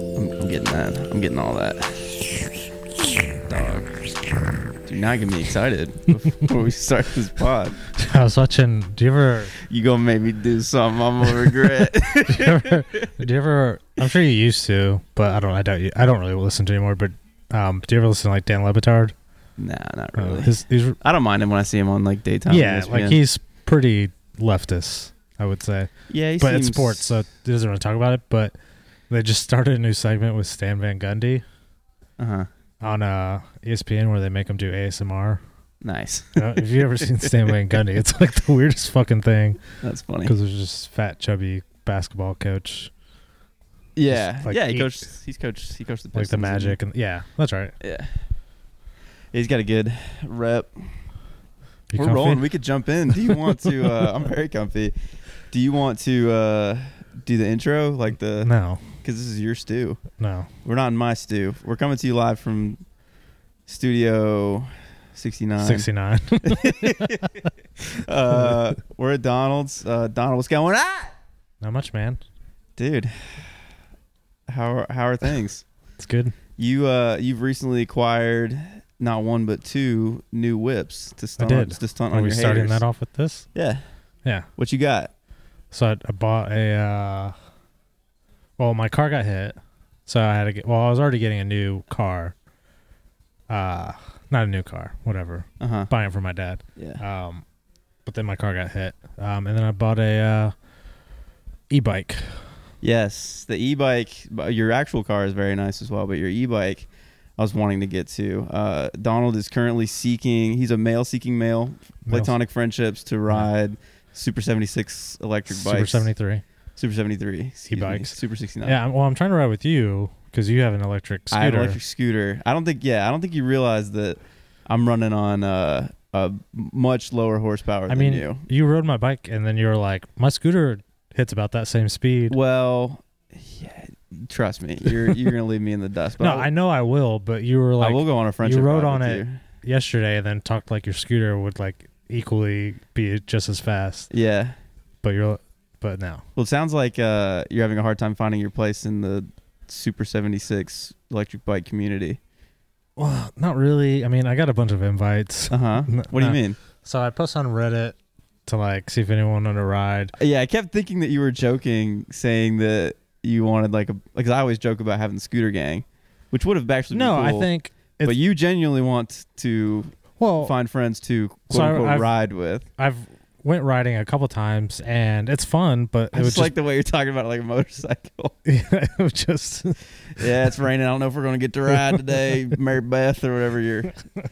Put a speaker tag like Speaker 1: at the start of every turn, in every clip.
Speaker 1: it, man. I'm getting all that. Dog. Do not get me excited before we start this pod.
Speaker 2: I was watching. Do you ever?
Speaker 1: You gonna make me do something I'm gonna regret.
Speaker 2: Do you ever? Do you ever I'm sure you used to, but I don't. I doubt you. I don't really listen to anymore. But um, do you ever listen to like Dan Lebitard?
Speaker 1: nah, not
Speaker 2: Uh,
Speaker 1: really.
Speaker 2: his, he's,
Speaker 1: I don't mind him when I see him on E like daytime.
Speaker 2: yeah,
Speaker 1: ESPN.
Speaker 2: like he's pretty leftist, I would say.
Speaker 1: yeah, he
Speaker 2: but
Speaker 1: seems,
Speaker 2: it's sports, so he doesn't want to talk about it. But they just started a new segment with Stan Van Gundy
Speaker 1: Uh huh.
Speaker 2: on uh, ESPN where they make him do ASMR.
Speaker 1: Nice.
Speaker 2: Uh, if you ever seen Stan Van Gundy, it's like the weirdest fucking thing
Speaker 1: That's funny.
Speaker 2: because there's just fat, chubby basketball coach
Speaker 1: Yeah,
Speaker 2: Just, like,
Speaker 1: yeah. He
Speaker 2: eat-
Speaker 1: coached. He's coached. He coached the
Speaker 2: like
Speaker 1: Pistons.
Speaker 2: the
Speaker 1: and-
Speaker 2: Magic, and yeah, that's right.
Speaker 1: Yeah. He's got a good rep.
Speaker 2: You
Speaker 1: We're
Speaker 2: comfy?
Speaker 1: rolling. We could jump in. Do you want to? Uh, I'm very comfy. Do you want to uh, do the intro like the?
Speaker 2: no,
Speaker 1: Because this is your stew.
Speaker 2: no.
Speaker 1: We're not in my stew. We're coming to you live from Studio 69.
Speaker 2: 69.
Speaker 1: Uh, we're at Donald's. Uh, Donald, what's going on,
Speaker 2: Not much, man.
Speaker 1: dude? How are, how are things?
Speaker 2: It's good.
Speaker 1: You uh you've recently acquired not one but two new whips to stunt
Speaker 2: did.
Speaker 1: to stunt
Speaker 2: Are
Speaker 1: on
Speaker 2: we
Speaker 1: your
Speaker 2: starting
Speaker 1: haters.
Speaker 2: that off with this?
Speaker 1: Yeah.
Speaker 2: Yeah.
Speaker 1: What you got?
Speaker 2: So I, I bought a. Uh, well, my car got hit, so I had to get. Well, I was already getting a new car. Uh, not a new car, whatever.
Speaker 1: Uh huh.
Speaker 2: Buying it for my dad.
Speaker 1: Yeah.
Speaker 2: Um, but then my car got hit. Um, and then I bought a uh, e-bike.
Speaker 1: Yes, the e-bike. but Your actual car is very nice as well, but your e-bike, I was wanting to get to. Uh, Donald is currently seeking. He's a male seeking male platonic friendships to ride Super seventy six electric
Speaker 2: Super
Speaker 1: bikes.
Speaker 2: seventy three.
Speaker 1: Super seventy three.
Speaker 2: E-bikes.
Speaker 1: Super sixty nine.
Speaker 2: Yeah. I'm- Well, I'm trying to ride with you because you have an electric scooter.
Speaker 1: I have an electric scooter. I don't think. Yeah, I don't think you realize that I'm running on uh, a much lower horsepower
Speaker 2: I
Speaker 1: than
Speaker 2: mean,
Speaker 1: you.
Speaker 2: you rode my bike, and then you were like, my scooter hits about that same speed.
Speaker 1: Well, yeah, trust me, you're you're gonna leave me in the dust. But
Speaker 2: no,
Speaker 1: I'll-
Speaker 2: I know I will, but you were
Speaker 1: I
Speaker 2: like
Speaker 1: will go on a friendship.
Speaker 2: rode
Speaker 1: ride
Speaker 2: on
Speaker 1: with
Speaker 2: it.
Speaker 1: you.
Speaker 2: yesterday, and then talked like your scooter would like equally be just as fast,
Speaker 1: Yeah.
Speaker 2: but you're, but now
Speaker 1: Well, it sounds like uh, you're having a hard time finding your place in the Super 76 electric bike community.
Speaker 2: Well, not really. I mean, I got a bunch of invites,
Speaker 1: Uh huh.
Speaker 2: N-
Speaker 1: What do you
Speaker 2: no.
Speaker 1: mean?
Speaker 2: so I post on Reddit to like see if anyone wanted to ride.
Speaker 1: Yeah, I kept thinking that you were joking, saying that you wanted like a because I always joke about having the scooter gang, which would have actually
Speaker 2: no,
Speaker 1: been cool,
Speaker 2: I think it's-
Speaker 1: But you genuinely want to
Speaker 2: well,
Speaker 1: find friends to quote
Speaker 2: So I-
Speaker 1: unquote
Speaker 2: I've-
Speaker 1: ride with.
Speaker 2: I've went riding a couple times, and it's fun, but
Speaker 1: I
Speaker 2: it was
Speaker 1: just,
Speaker 2: just,
Speaker 1: like the way you're talking about it like a motorcycle.
Speaker 2: it was just
Speaker 1: yeah, it's raining. I don't know if we're gonna get to ride today, Mary Beth or whatever you're.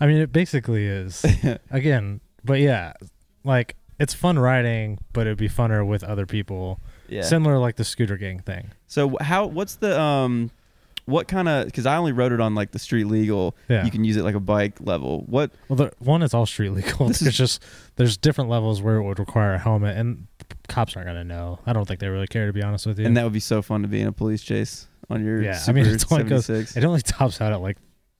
Speaker 2: I mean, it basically is. Again, but yeah, like it's fun riding, but it'd be funner with other people.
Speaker 1: Yeah.
Speaker 2: Similar like the scooter gang thing.
Speaker 1: So how what's the um what kind of because I only wrote it on like the street legal.
Speaker 2: Yeah.
Speaker 1: You can use it like a bike level. What?
Speaker 2: well, the, one is all street legal.
Speaker 1: This
Speaker 2: There's
Speaker 1: is-
Speaker 2: just there's different levels where it would require a helmet, and cops aren't gonna know. I don't think they really care, to be honest with you.
Speaker 1: And that would be so fun to be in a police chase on your
Speaker 2: Yeah, I
Speaker 1: Super
Speaker 2: mean, it's only goes-
Speaker 1: 76.
Speaker 2: it only tops out at like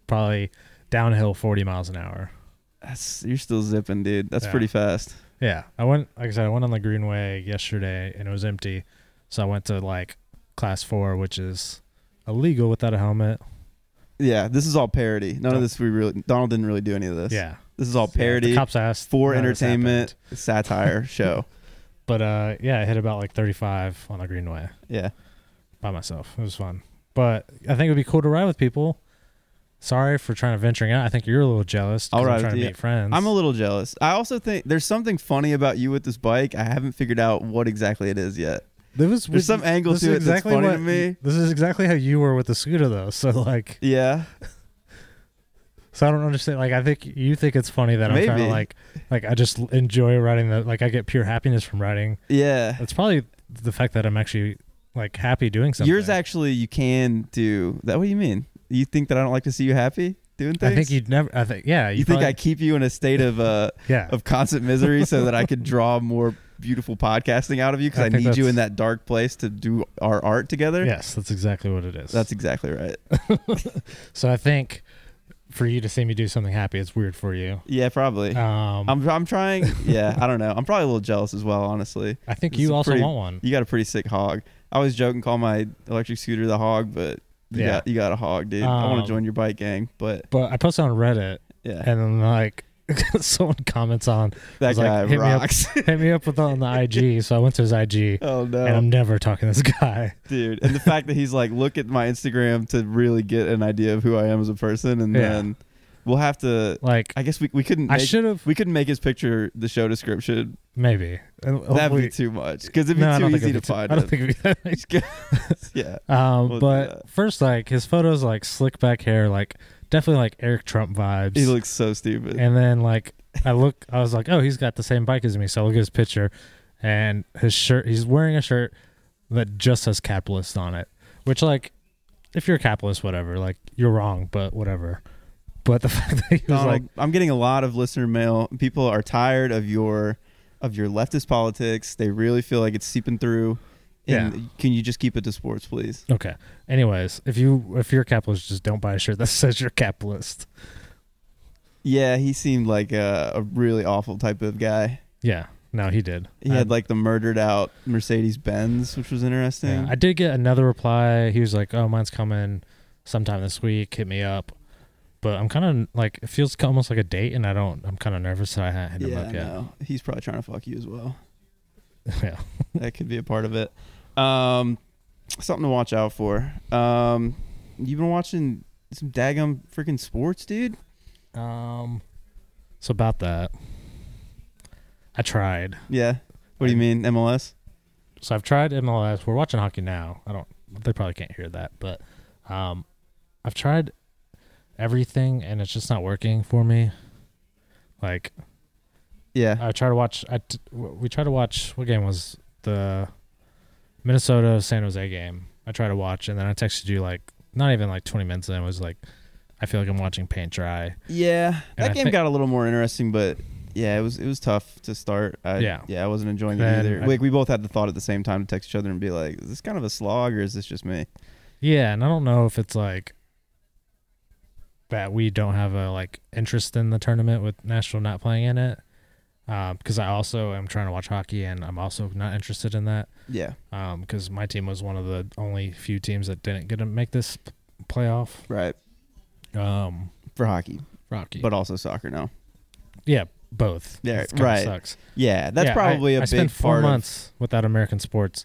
Speaker 2: probably downhill 40 miles an hour.
Speaker 1: That's you're still zipping, dude. That's
Speaker 2: Yeah.
Speaker 1: pretty fast.
Speaker 2: Yeah, I went like I said, I went on the Greenway yesterday, and it was empty, so I went to like class four, which is illegal without a helmet.
Speaker 1: Yeah, this is all parody. None of
Speaker 2: Don't-
Speaker 1: this we really Donald didn't really do any of this.
Speaker 2: Yeah,
Speaker 1: This is all
Speaker 2: Yeah, if
Speaker 1: parody
Speaker 2: the cops asked
Speaker 1: for
Speaker 2: none of this
Speaker 1: entertainment
Speaker 2: happened.
Speaker 1: satire show.
Speaker 2: But uh, yeah, I hit about like 35 on the Greenway
Speaker 1: Yeah.
Speaker 2: by myself. It was fun. But I think it would be cool to ride with people. Sorry for trying to venturing out. I think you're a little jealous. 'cause
Speaker 1: I'll ride
Speaker 2: I'm trying
Speaker 1: with
Speaker 2: to
Speaker 1: you.
Speaker 2: meet friends.
Speaker 1: I'm a little jealous. I also think there's something funny about you with this bike. I haven't figured out what exactly it is yet.
Speaker 2: There was
Speaker 1: there's some angle
Speaker 2: this
Speaker 1: to
Speaker 2: is
Speaker 1: it that's funny to me.
Speaker 2: This is exactly how you were with the scooter though. So like,
Speaker 1: Yeah.
Speaker 2: so I don't understand. Like, I think you think it's funny that I'm trying
Speaker 1: Maybe.
Speaker 2: to like, like I just enjoy riding the. Like, I get pure happiness from riding.
Speaker 1: Yeah.
Speaker 2: It's probably the fact that I'm actually like happy doing something.
Speaker 1: Yours actually, you can do that. What do you mean? You think that I don't like to see you happy doing things?
Speaker 2: I think you'd never. I think yeah.
Speaker 1: You,
Speaker 2: You,
Speaker 1: think
Speaker 2: probably-
Speaker 1: I keep you in a state of uh
Speaker 2: yeah.
Speaker 1: of constant misery so that I could draw more beautiful podcasting out of you because
Speaker 2: I
Speaker 1: I,
Speaker 2: think
Speaker 1: need you
Speaker 2: that's-
Speaker 1: in that dark place to do our art together.
Speaker 2: Yes, that's exactly what it is.
Speaker 1: That's exactly right.
Speaker 2: so I think for you to see me do something happy, it's weird for you.
Speaker 1: Yeah, probably.
Speaker 2: Um,
Speaker 1: I'm I'm trying. Yeah, I don't know. I'm probably a little jealous as well, honestly.
Speaker 2: I think
Speaker 1: this is
Speaker 2: you also
Speaker 1: pretty-
Speaker 2: want one.
Speaker 1: You got a pretty sick hog. I always joke and call my electric scooter the hog, but You
Speaker 2: Yeah.
Speaker 1: got you got a hog, dude. I want
Speaker 2: Um,
Speaker 1: to join your bike gang, but
Speaker 2: But I posted on Reddit
Speaker 1: yeah,
Speaker 2: and then like someone comments on
Speaker 1: that
Speaker 2: was like,
Speaker 1: guy
Speaker 2: hit me up.
Speaker 1: rocks.
Speaker 2: hit me up with on the IG. So I went to his IG
Speaker 1: oh
Speaker 2: and
Speaker 1: no,
Speaker 2: I'm never talking to this guy.
Speaker 1: dude! And the fact that he's like, look at my Instagram to really get an idea of who I am as a person, and
Speaker 2: Yeah.
Speaker 1: then we'll have to.
Speaker 2: Like
Speaker 1: I guess we we couldn't.
Speaker 2: I
Speaker 1: Make,
Speaker 2: should have
Speaker 1: we couldn't make his picture the show description.
Speaker 2: maybe. And
Speaker 1: That'd
Speaker 2: hopefully-
Speaker 1: be too much because it'd be
Speaker 2: No, I don't
Speaker 1: too
Speaker 2: think
Speaker 1: easy to
Speaker 2: it'd be too-
Speaker 1: find.
Speaker 2: I don't
Speaker 1: it.
Speaker 2: think it'd be that much.
Speaker 1: yeah,
Speaker 2: Um,
Speaker 1: We'll do
Speaker 2: but first, like his photos, like slick back hair, like definitely like Eric Trump vibes.
Speaker 1: he looks so stupid.
Speaker 2: and then like I look, I was like, oh, he's got the same bike as me. So I look at his picture, and his shirt. He's wearing a shirt that just says capitalist on it, which like, if you're a capitalist, whatever, like you're wrong, but whatever. But the fact that he was
Speaker 1: Donald,
Speaker 2: like,
Speaker 1: I'm getting a lot of listener mail. People are tired of your of your leftist politics. They really feel like it's seeping through. And can you just keep it to sports, please?
Speaker 2: okay. Anyways, if you if you're a capitalist, just don't buy a shirt that says you're a capitalist.
Speaker 1: Yeah, he seemed like a, a really awful type of guy.
Speaker 2: Yeah. No, he did.
Speaker 1: He
Speaker 2: I-
Speaker 1: had like the murdered out Mercedes Benz, which was interesting.
Speaker 2: Yeah, I did get another reply. He was like, "Oh, mine's coming sometime this week. Hit me up." But I'm kind of like it feels ki- almost like a date, and I don't. I'm kind of nervous that I haven't hit him
Speaker 1: yeah,
Speaker 2: up yet.
Speaker 1: no, he's probably trying to fuck you as well.
Speaker 2: yeah,
Speaker 1: that could be a part of it. Um, something to watch out for. Um, you've been watching some daggum freaking sports, dude.
Speaker 2: Um, so about that, I tried.
Speaker 1: Yeah. What do you mean MLS?
Speaker 2: So I've tried MLS. We're watching hockey now. I don't. They probably can't hear that, but um, I've tried everything, and it's just not working for me. Like
Speaker 1: Yeah.
Speaker 2: I try to watch. I t- w- we try to watch. What game was the Minnesota San Jose game? I try to watch, and then I texted you like not even like twenty minutes in. I was like, I feel like I'm watching paint dry.
Speaker 1: Yeah,
Speaker 2: And
Speaker 1: that
Speaker 2: I
Speaker 1: game
Speaker 2: think-
Speaker 1: got a little more interesting, but yeah, it was it was tough to start. I,
Speaker 2: Yeah.
Speaker 1: yeah, I wasn't enjoying
Speaker 2: Then
Speaker 1: it either.
Speaker 2: I-
Speaker 1: like we both had the thought at the same time to text each other and be like, "Is this kind of a slog, or is this just me?"
Speaker 2: Yeah, and I don't know if it's like that we don't have a like interest in the tournament with Nashville not playing in it, because I also am trying to watch hockey, and I'm also not interested in that.
Speaker 1: Yeah,
Speaker 2: because my team was one of the only few teams that didn't get to make this p- playoff.
Speaker 1: right.
Speaker 2: Um,
Speaker 1: For hockey,
Speaker 2: Rocky,
Speaker 1: but also soccer now.
Speaker 2: Yeah, both.
Speaker 1: Yeah,
Speaker 2: It's kinda
Speaker 1: right.
Speaker 2: Sucks.
Speaker 1: Yeah, that's
Speaker 2: Yeah,
Speaker 1: probably
Speaker 2: I-
Speaker 1: a
Speaker 2: I
Speaker 1: big
Speaker 2: spent four
Speaker 1: part.
Speaker 2: months without American sports,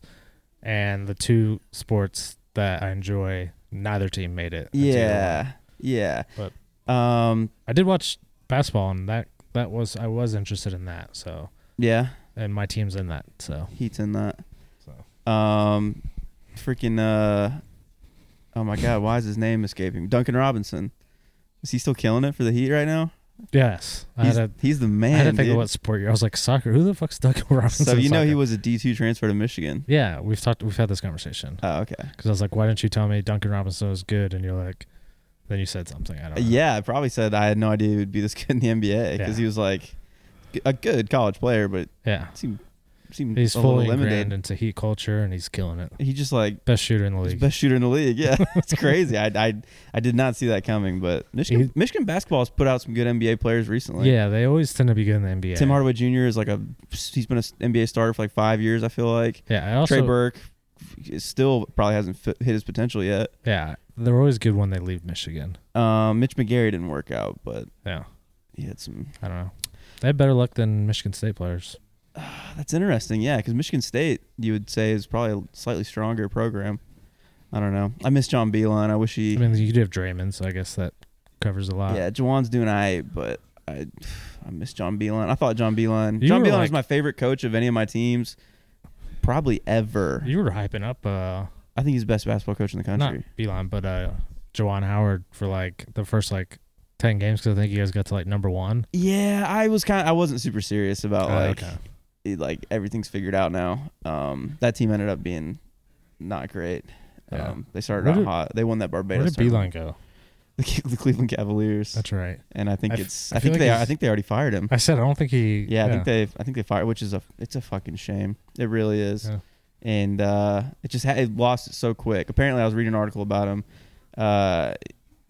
Speaker 2: and the two sports that I enjoy, neither team made it.
Speaker 1: Of,
Speaker 2: into either one.
Speaker 1: yeah, yeah.
Speaker 2: But-
Speaker 1: um,
Speaker 2: I did watch basketball, and that that was I was interested in that. So,
Speaker 1: yeah,
Speaker 2: and my team's in that. So,
Speaker 1: Heat's in that.
Speaker 2: so.
Speaker 1: Um, freaking uh, oh my god, why is his name escaping? Duncan Robinson. Is he still killing it for the Heat right now?
Speaker 2: yes, I
Speaker 1: He's,
Speaker 2: had a.
Speaker 1: he's the man.
Speaker 2: I had to think
Speaker 1: dude.
Speaker 2: of what sport you're. I was like soccer. Who the fuck's Duncan Robinson?
Speaker 1: So you know
Speaker 2: soccer?
Speaker 1: he was a D two transfer to Michigan.
Speaker 2: Yeah, we've talked. We've had this conversation
Speaker 1: Oh, okay.
Speaker 2: because I was like, "Why didn't you tell me Duncan Robinson was good?" And you're like, "Then you said something." I don't. know.
Speaker 1: Yeah, I probably said I had no idea he would be this good in the NBA because
Speaker 2: Uh, Yeah.
Speaker 1: he was like a good college player, but
Speaker 2: Yeah.
Speaker 1: seemed seemed
Speaker 2: He's
Speaker 1: a
Speaker 2: fully
Speaker 1: little limited.
Speaker 2: ingrained into heat culture, and he's killing it.
Speaker 1: He just like
Speaker 2: Best shooter in the
Speaker 1: was
Speaker 2: league.
Speaker 1: best shooter in the league. Yeah, it's crazy. I, I I did not see that coming, but Michigan
Speaker 2: He-
Speaker 1: Michigan basketball has put out some good NBA players recently.
Speaker 2: yeah, they always tend to be good in the NBA.
Speaker 1: Tim Hardaway Jr. is like a he's been an NBA starter for like five years. I feel like
Speaker 2: Yeah, I also
Speaker 1: Trey Burke is still probably hasn't fit, hit his potential yet.
Speaker 2: yeah, they're always good when they leave Michigan.
Speaker 1: Um, Mitch McGarry didn't work out, but
Speaker 2: Yeah,
Speaker 1: he had some
Speaker 2: I don't know. They had better luck than Michigan State players.
Speaker 1: ah, That's interesting, yeah, because Michigan State, you would say, is probably a slightly stronger program. I don't know. I miss John Beeline. I wish he.
Speaker 2: I mean, you do have Draymond, so I guess that covers a lot.
Speaker 1: yeah, Jawan's doing all right, but I, I miss John Beeline. I thought John Beeline.
Speaker 2: You
Speaker 1: John
Speaker 2: were
Speaker 1: Beeline
Speaker 2: like-
Speaker 1: was my favorite coach of any of my teams, probably ever.
Speaker 2: You were hyping up uh
Speaker 1: I think he's the best basketball coach in the
Speaker 2: not
Speaker 1: country.
Speaker 2: Beeline, but uh Jawan Howard for like the first like ten games because I think you guys got to like number one.
Speaker 1: Yeah, I was kind. of I wasn't super serious about
Speaker 2: Uh,
Speaker 1: Oh, like
Speaker 2: okay.
Speaker 1: it- like everything's figured out now. Um, that team ended up being not great.
Speaker 2: Yeah.
Speaker 1: Um, they started
Speaker 2: Where
Speaker 1: out
Speaker 2: did-
Speaker 1: hot. They won that Barbados.
Speaker 2: Where did Beeline
Speaker 1: tournament.
Speaker 2: go?
Speaker 1: The, Cleveland Cavaliers.
Speaker 2: That's right.
Speaker 1: and I think
Speaker 2: I f-
Speaker 1: it's.
Speaker 2: I
Speaker 1: I
Speaker 2: feel
Speaker 1: think
Speaker 2: like
Speaker 1: they.
Speaker 2: he's-
Speaker 1: I think they already fired him.
Speaker 2: I said I don't think he.
Speaker 1: Yeah, I think they. I think they fired, which is a. It's a fucking shame. It really is.
Speaker 2: Yeah.
Speaker 1: And uh, it just had, it lost it so quick. Apparently, I was reading an article about him uh,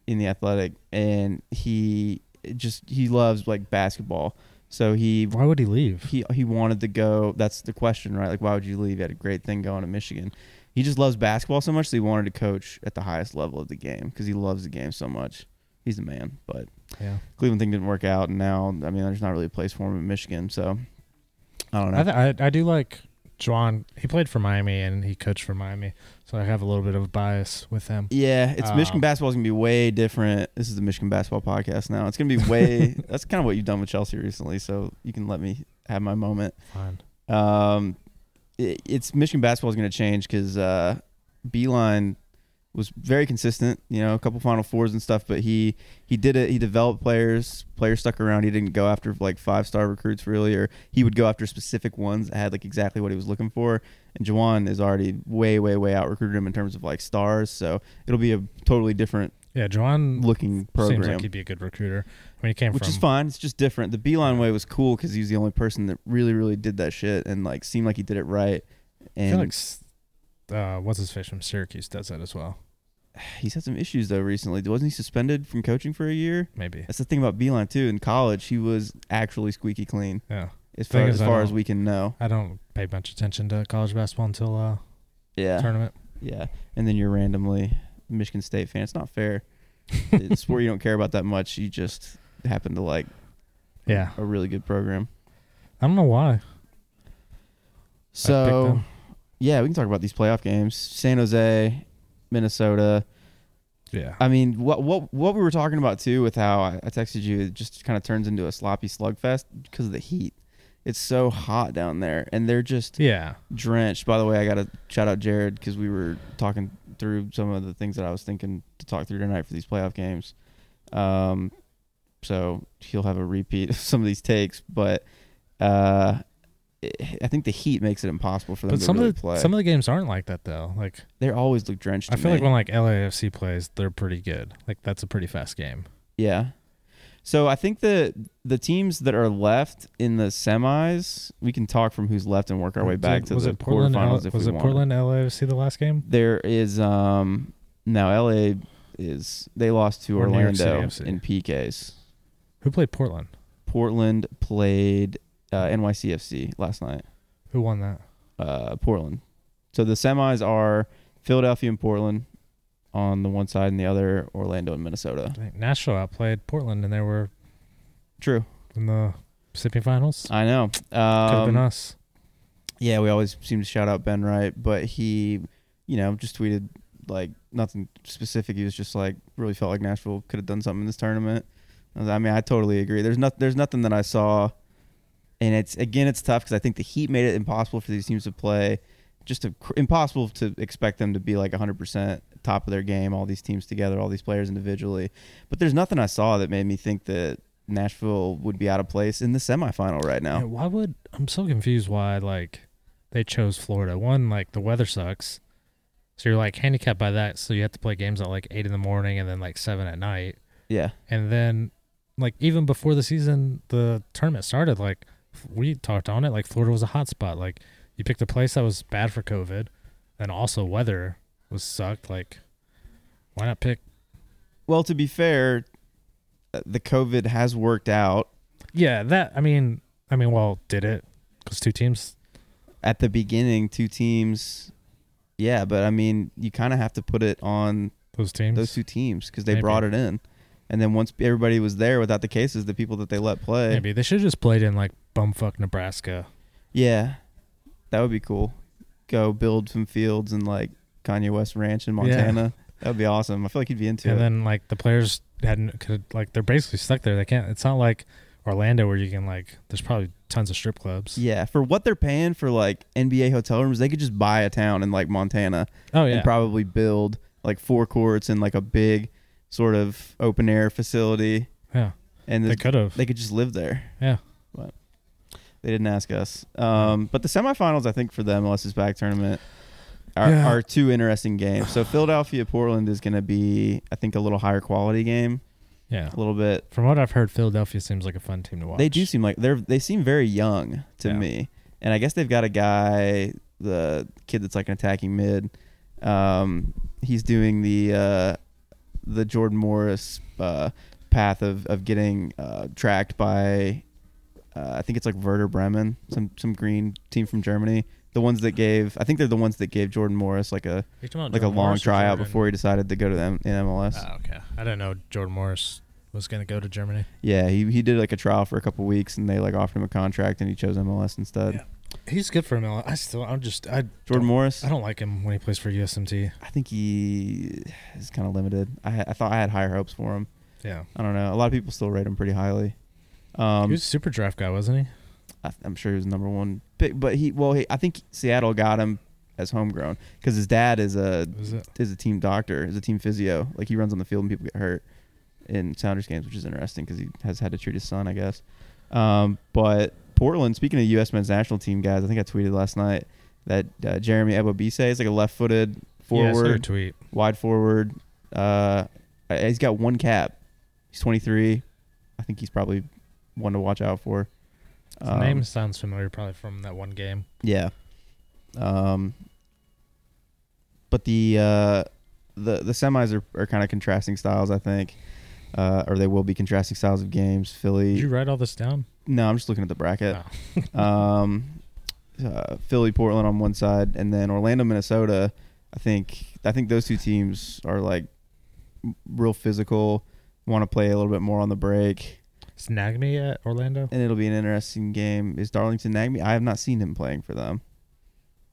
Speaker 1: in the Athletic, and he it just he loves like basketball. So he
Speaker 2: Why would he leave?
Speaker 1: he he wanted to go. That's the question, right? Like, why would you leave? He had a great thing going at Michigan. He just loves basketball so much, so he wanted to coach at the highest level of the game because he loves the game so much. He's the man. But
Speaker 2: Yeah.
Speaker 1: Cleveland thing didn't work out, and now I mean, there's not really a place for him in Michigan. So I don't know.
Speaker 2: I, th- I I do like Juan. He played for Miami and he coached for Miami, so I have a little bit of a bias with him.
Speaker 1: yeah, it's Michigan
Speaker 2: Um,
Speaker 1: basketball is gonna be way different. This is the Michigan basketball podcast now. It's gonna be way. that's kind of what you've done with Chelsea recently. So you can let me have my moment.
Speaker 2: Fine.
Speaker 1: Um, it, it's Michigan basketball is going to change because uh, Beeline was very consistent. You know, a couple Final Fours and stuff, but he he did it. He developed players. Players stuck around. He didn't go after like five star recruits really, or he would go after specific ones that had like exactly what he was looking for. And Jawan is already way, way, way out recruited him in terms of like stars. So it'll be a totally different
Speaker 2: Yeah, Juan
Speaker 1: looking program
Speaker 2: seems like he'd be a good recruiter. I mean, he came
Speaker 1: which
Speaker 2: from
Speaker 1: is fine. It's just different. The Beeline way was cool because he was the only person that really, really did that shit and like seemed like he did it right.
Speaker 2: I
Speaker 1: And
Speaker 2: feel like S- uh, what's his face from Syracuse does that as well.
Speaker 1: he's had some issues though recently. Wasn't he suspended from coaching for a year?
Speaker 2: Maybe.
Speaker 1: That's the thing about Beeline too. In college, he was actually squeaky clean
Speaker 2: Yeah.
Speaker 1: as
Speaker 2: Thing
Speaker 1: far,
Speaker 2: is,
Speaker 1: as,
Speaker 2: I
Speaker 1: far as
Speaker 2: don't-
Speaker 1: we can know.
Speaker 2: I don't pay much attention to college basketball until uh,
Speaker 1: Yeah,
Speaker 2: tournament.
Speaker 1: yeah. And then you're randomly a Michigan State fan. It's not fair. it's where you don't care about that much. You just happen to like
Speaker 2: Yeah.
Speaker 1: a really good program.
Speaker 2: I don't know why.
Speaker 1: So.
Speaker 2: them.
Speaker 1: Yeah, we can talk about these playoff games. San Jose, Minnesota.
Speaker 2: Yeah.
Speaker 1: I mean, what what what we were talking about too with how I, I texted you, it just kind of turns into a sloppy slugfest because of the heat. It's so hot down there, and they're just
Speaker 2: yeah.
Speaker 1: drenched. By the way, I got to shout out Jared because we were talking through some of the things that I was thinking to talk through tonight for these playoff games. Um, so he'll have a repeat of some of these takes, but uh, it, I think the heat makes it impossible for them
Speaker 2: But
Speaker 1: to
Speaker 2: some
Speaker 1: really
Speaker 2: of the
Speaker 1: play.
Speaker 2: some of the games aren't like that though. Like
Speaker 1: they always look drenched.
Speaker 2: I
Speaker 1: to
Speaker 2: feel
Speaker 1: me.
Speaker 2: like when like LAFC plays, they're pretty good. Like that's a pretty fast game.
Speaker 1: Yeah. So I think the the teams that are left in the semis, we can talk from who's left and work our way
Speaker 2: Did-
Speaker 1: back to
Speaker 2: was
Speaker 1: the
Speaker 2: it Portland? L-
Speaker 1: quarterfinals if
Speaker 2: was
Speaker 1: we
Speaker 2: it
Speaker 1: want.
Speaker 2: Portland LAFC the last game?
Speaker 1: There is um now LA is they lost to
Speaker 2: Or New York City
Speaker 1: Orlando
Speaker 2: FC.
Speaker 1: in PKs.
Speaker 2: Who played Portland?
Speaker 1: Portland played uh, NYCFC last night.
Speaker 2: Who won that?
Speaker 1: Uh, Portland. So the semis are Philadelphia and Portland on the one side, and the other Orlando and Minnesota.
Speaker 2: I think Nashville outplayed Portland, and they were
Speaker 1: True,
Speaker 2: in the semifinals.
Speaker 1: I know. Um,
Speaker 2: Could have been us.
Speaker 1: yeah, we always seem to shout out Ben Wright, but he, you know, just tweeted like nothing specific. He was just like really felt like Nashville could have done something in this tournament. I was- I mean, I totally agree. There's not there's nothing that I saw, and it's again it's tough because I think the Heat made it impossible for these teams to play, just to, impossible to expect them to be like 100 percent top of their game. All these teams together, all these players individually, but there's nothing I saw that made me think that Nashville would be out of place in the semifinal right now.
Speaker 2: Yeah, why would I'm so confused? Why like they chose Florida? One like the weather sucks, so you're like handicapped by that. So you have to play games at like eight in the morning and then like seven at night.
Speaker 1: Yeah,
Speaker 2: And then, like even before the season, the tournament started. Like f- we talked on it, like Florida was a hot spot. Like you picked a place that was bad for COVID, and also weather was sucked. Like why not pick?
Speaker 1: Well, to be fair, uh, the COVID has worked out.
Speaker 2: Yeah, that I mean, I mean, well, did it? Because two teams.
Speaker 1: At the beginning, two teams, yeah, but I mean, you kind of have to put it on
Speaker 2: Those teams.
Speaker 1: those two teams because they
Speaker 2: Maybe.
Speaker 1: brought it in. And then once everybody was there without the cases, the people that they let play,
Speaker 2: Maybe they should have just played in like bumfuck Nebraska.
Speaker 1: yeah, that would be cool. Go build some fields and like Kanye West Ranch in Montana. That would be awesome. I feel like you'd be into
Speaker 2: And
Speaker 1: it.
Speaker 2: then like the players hadn't could like they're basically stuck there. They can't. It's not like Orlando where you can like. There's probably tons of strip clubs.
Speaker 1: yeah, for what they're paying for like NBA hotel rooms, they could just buy a town in like Montana
Speaker 2: Oh yeah.
Speaker 1: and probably build like four courts and like a big sort of open air facility
Speaker 2: yeah.
Speaker 1: and
Speaker 2: They
Speaker 1: this,
Speaker 2: could have.
Speaker 1: they could just live there
Speaker 2: Yeah.
Speaker 1: but they didn't ask us um, but the semifinals i think for the mls's back tournament are,
Speaker 2: Yeah.
Speaker 1: are two interesting games so philadelphia portland is going to be i think a little higher quality game
Speaker 2: Yeah.
Speaker 1: a little bit
Speaker 2: From what I've heard, Philadelphia seems like a fun team to watch.
Speaker 1: they do seem like they're they seem very young to
Speaker 2: Yeah.
Speaker 1: me and i guess they've got a guy the kid that's like an attacking mid um he's doing the uh the jordan morris uh path of of getting uh tracked by uh, I think it's like Werder Bremen, some some green team from Germany. The ones that gave, I think they're the ones that gave Jordan Morris like a
Speaker 2: You talking about
Speaker 1: like a
Speaker 2: Jordan
Speaker 1: long
Speaker 2: Morris or
Speaker 1: tryout
Speaker 2: Jordan?
Speaker 1: before he decided to go to the M- in MLS.
Speaker 2: Oh, okay. I didn't know Jordan Morris was going to go to Germany.
Speaker 1: Yeah, he, he did like a trial for a couple weeks, and they like offered him a contract, and he chose MLS instead.
Speaker 2: Yeah. He's good for MLS. I still, I'm just, I
Speaker 1: Jordan
Speaker 2: don't,
Speaker 1: Morris,
Speaker 2: I don't like him when he plays for USMT.
Speaker 1: I think he is kind of limited. I, ha- I thought I had higher hopes for him.
Speaker 2: Yeah,
Speaker 1: I don't know. A lot of people still rate him pretty highly. Um,
Speaker 2: he was a super draft guy, wasn't
Speaker 1: I, I'm sure he was number one pick, but he well, he, I think Seattle got him as homegrown because his dad is a
Speaker 2: he? Was it?
Speaker 1: is a team doctor, is a team physio. Like he runs on the field and people get hurt in Sounders games, which is interesting because he has had to treat his son, I guess. Um, but Portland, speaking of U.S. men's national team guys, I think I tweeted last night that uh, Jeremy Ebobise is like a left-footed
Speaker 2: Yeah, I saw your
Speaker 1: forward,
Speaker 2: tweet.
Speaker 1: wide forward. Uh, he's got one cap. He's 23. I think he's probably one to watch out for.
Speaker 2: His
Speaker 1: Um,
Speaker 2: name sounds familiar, probably from that one game.
Speaker 1: yeah. Um. But the uh, the the semis are, are kind of contrasting styles, I think, uh, or they will be contrasting styles of games.
Speaker 2: Did
Speaker 1: Philly.
Speaker 2: you write all this down?
Speaker 1: no, I'm just looking at the bracket. um, uh, Philly, Portland on one side, and then Orlando, Minnesota. I think I think those two teams are like real physical. Want to play a little bit more on the break,
Speaker 2: Is Nagme at Orlando?
Speaker 1: and it'll be an interesting game. Is Darlington Nagme? I have not seen him playing for them.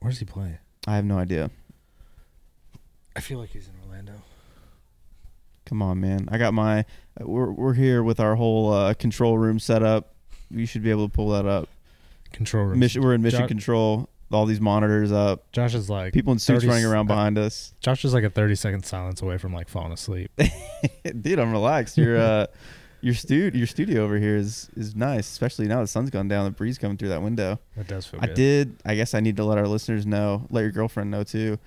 Speaker 2: Where does he play?
Speaker 1: I have no idea.
Speaker 2: I feel like he's in Orlando.
Speaker 1: Come on, man. I got my. We're we're here with our whole uh, control room set up. You should be able to pull that up.
Speaker 2: Control room.
Speaker 1: Mission. We're in mission
Speaker 2: Jo-
Speaker 1: control. All these monitors up.
Speaker 2: Josh is like
Speaker 1: People in suits
Speaker 2: 30
Speaker 1: running around behind us.
Speaker 2: Josh is like a thirty second silence away from like falling asleep.
Speaker 1: Dude, I'm relaxed. Your uh, your stu your studio over here is is nice, especially now the sun's gone down. The breeze coming through that window.
Speaker 2: That does feel
Speaker 1: I
Speaker 2: good.
Speaker 1: did. I guess I need to let our listeners know. Let your girlfriend know too.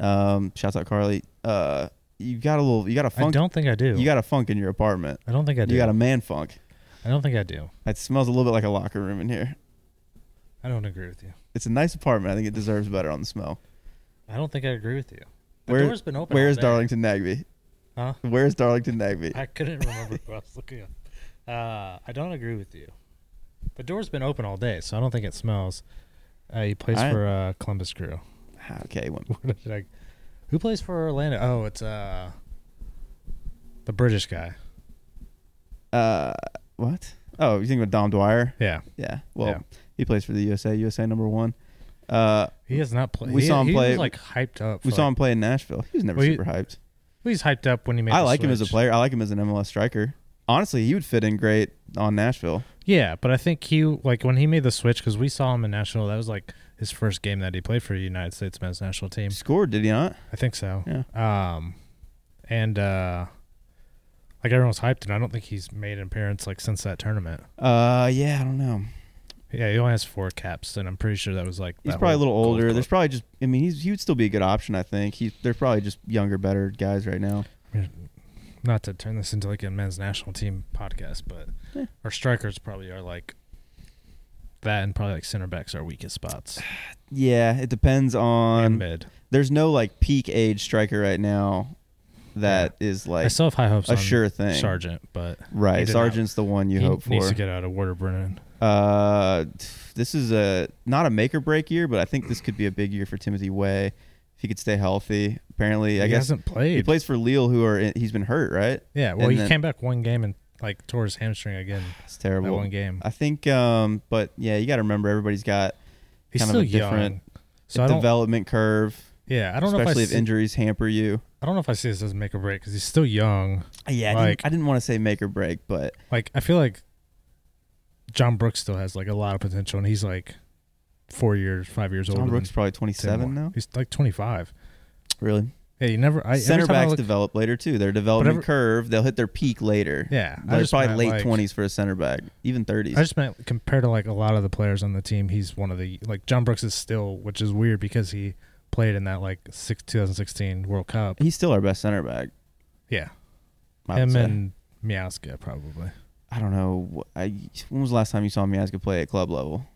Speaker 1: Um, shouts out Carly. Uh, you got a little. You got a
Speaker 2: I
Speaker 1: funk.
Speaker 2: don't think I do.
Speaker 1: You got a funk in your apartment.
Speaker 2: I don't think I do.
Speaker 1: You got a man funk.
Speaker 2: I don't think I do.
Speaker 1: It smells a little bit like a locker room in here.
Speaker 2: I don't agree with you.
Speaker 1: It's a nice apartment. I think it deserves better on the smell.
Speaker 2: I don't think I agree with you. The
Speaker 1: Where-
Speaker 2: door's been open.
Speaker 1: Where
Speaker 2: all
Speaker 1: is
Speaker 2: day.
Speaker 1: Darlington Nagby?
Speaker 2: Huh?
Speaker 1: Where is Darlington Nagby?
Speaker 2: I couldn't remember who I was looking at. Uh, I don't agree with you. The door's been open all day, so I don't think it smells. Uh, he plays
Speaker 1: I-
Speaker 2: for uh, Columbus Crew.
Speaker 1: Ah, Okay, one.
Speaker 2: What did I- who plays for Orlando? Oh, it's uh, the British guy.
Speaker 1: Uh, what? Oh, you think about Dom Dwyer?
Speaker 2: Yeah,
Speaker 1: Yeah. Well,
Speaker 2: Yeah.
Speaker 1: he plays for the USA. USA number one. Uh,
Speaker 2: he has not played.
Speaker 1: We
Speaker 2: he,
Speaker 1: saw him
Speaker 2: he
Speaker 1: play-
Speaker 2: Was, like hyped up.
Speaker 1: we
Speaker 2: for,
Speaker 1: saw
Speaker 2: like-
Speaker 1: him play in Nashville. He was never
Speaker 2: Well, he-
Speaker 1: super hyped.
Speaker 2: He's hyped up when he made.
Speaker 1: I
Speaker 2: the
Speaker 1: like him as a
Speaker 2: switch.
Speaker 1: player. I like him as an MLS striker. Honestly, he would fit in great on Nashville.
Speaker 2: Yeah, but I think he like when he made the switch because we saw him in national. That was like his first game that he played for the United States men's national team.
Speaker 1: He scored, did he not?
Speaker 2: I think so.
Speaker 1: Yeah.
Speaker 2: Um, and uh, like everyone was hyped, and I don't think he's made an appearance like since that tournament.
Speaker 1: Uh, yeah. I don't know.
Speaker 2: Yeah, he only has four caps, and I'm pretty sure that was like
Speaker 1: He's
Speaker 2: that
Speaker 1: probably a
Speaker 2: whole
Speaker 1: little
Speaker 2: Gold
Speaker 1: older.
Speaker 2: Cup.
Speaker 1: There's probably just. I mean, he's he would still be a good option. I think he's. They're probably just younger, better guys right now.
Speaker 2: not to turn this into like a men's national team podcast, but
Speaker 1: Yeah.
Speaker 2: our strikers probably are like that, and probably like center backs are weakest spots.
Speaker 1: Yeah, it depends
Speaker 2: and
Speaker 1: on.
Speaker 2: mid.
Speaker 1: There's no like peak age striker right now that is
Speaker 2: I
Speaker 1: like
Speaker 2: still have high hopes.
Speaker 1: a
Speaker 2: on
Speaker 1: sure thing.
Speaker 2: Sergeant, but he
Speaker 1: Right,
Speaker 2: did
Speaker 1: Sargent's the one you
Speaker 2: he
Speaker 1: hope for.
Speaker 2: needs to get out of Warder Brennan.
Speaker 1: uh, this is a not a make or break year, but I think this could be a big year for Timothy Way if he could stay healthy. Apparently, I
Speaker 2: he
Speaker 1: guess
Speaker 2: hasn't played.
Speaker 1: he plays for Lille, who are in, he's been hurt. Right,
Speaker 2: yeah, well,
Speaker 1: and
Speaker 2: he
Speaker 1: then-
Speaker 2: came back one game and like tore his hamstring again.
Speaker 1: it's
Speaker 2: That
Speaker 1: terrible.
Speaker 2: one game.
Speaker 1: I think, um, but yeah, you got to remember everybody's got
Speaker 2: He's
Speaker 1: kind
Speaker 2: still
Speaker 1: of a different
Speaker 2: young. So I don't.
Speaker 1: development curve,
Speaker 2: yeah, I don't know if I.
Speaker 1: especially if
Speaker 2: see,
Speaker 1: injuries hamper you.
Speaker 2: I don't know if I see this as make or break because he's still young.
Speaker 1: Yeah, I
Speaker 2: Like-
Speaker 1: didn't, I didn't want to say make or break, but
Speaker 2: Like I feel like John Brooks still has like a lot of potential, and he's like four years, five years
Speaker 1: John
Speaker 2: older.
Speaker 1: Brooks probably
Speaker 2: than
Speaker 1: 27
Speaker 2: Tim Moore.
Speaker 1: now.
Speaker 2: He's like twenty five.
Speaker 1: Really?
Speaker 2: Yeah, you never. I,
Speaker 1: Center
Speaker 2: every time I
Speaker 1: backs
Speaker 2: look-
Speaker 1: develop later too. Their development
Speaker 2: every-
Speaker 1: curve, they'll hit their peak later.
Speaker 2: yeah, I
Speaker 1: They're
Speaker 2: just
Speaker 1: probably
Speaker 2: meant,
Speaker 1: late
Speaker 2: like-
Speaker 1: 20s for a center back, even 30s.
Speaker 2: I just meant compared to like a lot of the players on the team, he's one of the like John Brooks is still, which is weird because he played in that like six, 2016 World Cup.
Speaker 1: He's still our best center back.
Speaker 2: Yeah,
Speaker 1: I, would
Speaker 2: him
Speaker 1: say.
Speaker 2: and Miazga probably.
Speaker 1: I don't know. wh- I, when was the last time you saw Miazga play at club level?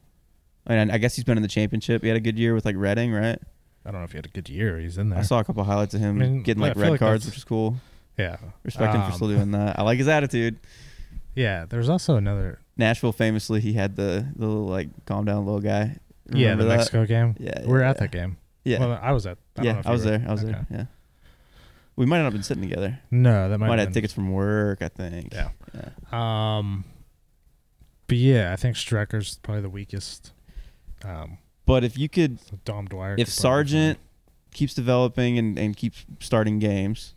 Speaker 1: I mean, I guess he's been in the championship. He had a good year with like Reading, right?
Speaker 2: I don't know if he had a good year. He's in there.
Speaker 1: I saw a couple highlights of him
Speaker 2: I mean,
Speaker 1: getting
Speaker 2: yeah, I
Speaker 1: like
Speaker 2: feel
Speaker 1: red
Speaker 2: like
Speaker 1: cards,
Speaker 2: that's-
Speaker 1: which is cool.
Speaker 2: yeah,
Speaker 1: Respect him for
Speaker 2: Um,
Speaker 1: still doing that. I like his attitude.
Speaker 2: Yeah, there's also another
Speaker 1: Nashville famously he had the the little like calm down little guy.
Speaker 2: yeah,
Speaker 1: Remember
Speaker 2: the
Speaker 1: that?
Speaker 2: Mexico game.
Speaker 1: Yeah,
Speaker 2: we were
Speaker 1: yeah,
Speaker 2: at that game.
Speaker 1: Yeah,
Speaker 2: Well, I was at. I don't know
Speaker 1: yeah.
Speaker 2: if
Speaker 1: I
Speaker 2: you
Speaker 1: was
Speaker 2: were.
Speaker 1: there. I was
Speaker 2: Okay.
Speaker 1: there. Yeah, we might not have been sitting together.
Speaker 2: No, that might,
Speaker 1: Might,
Speaker 2: have
Speaker 1: have
Speaker 2: been.
Speaker 1: tickets from work. I think.
Speaker 2: Yeah.
Speaker 1: yeah.
Speaker 2: Um, but yeah, I think Strecker's probably the weakest. Um,
Speaker 1: But if you could,
Speaker 2: so Dom Dwyer. could probably
Speaker 1: if
Speaker 2: be
Speaker 1: Sargent keeps developing and, and keeps starting games,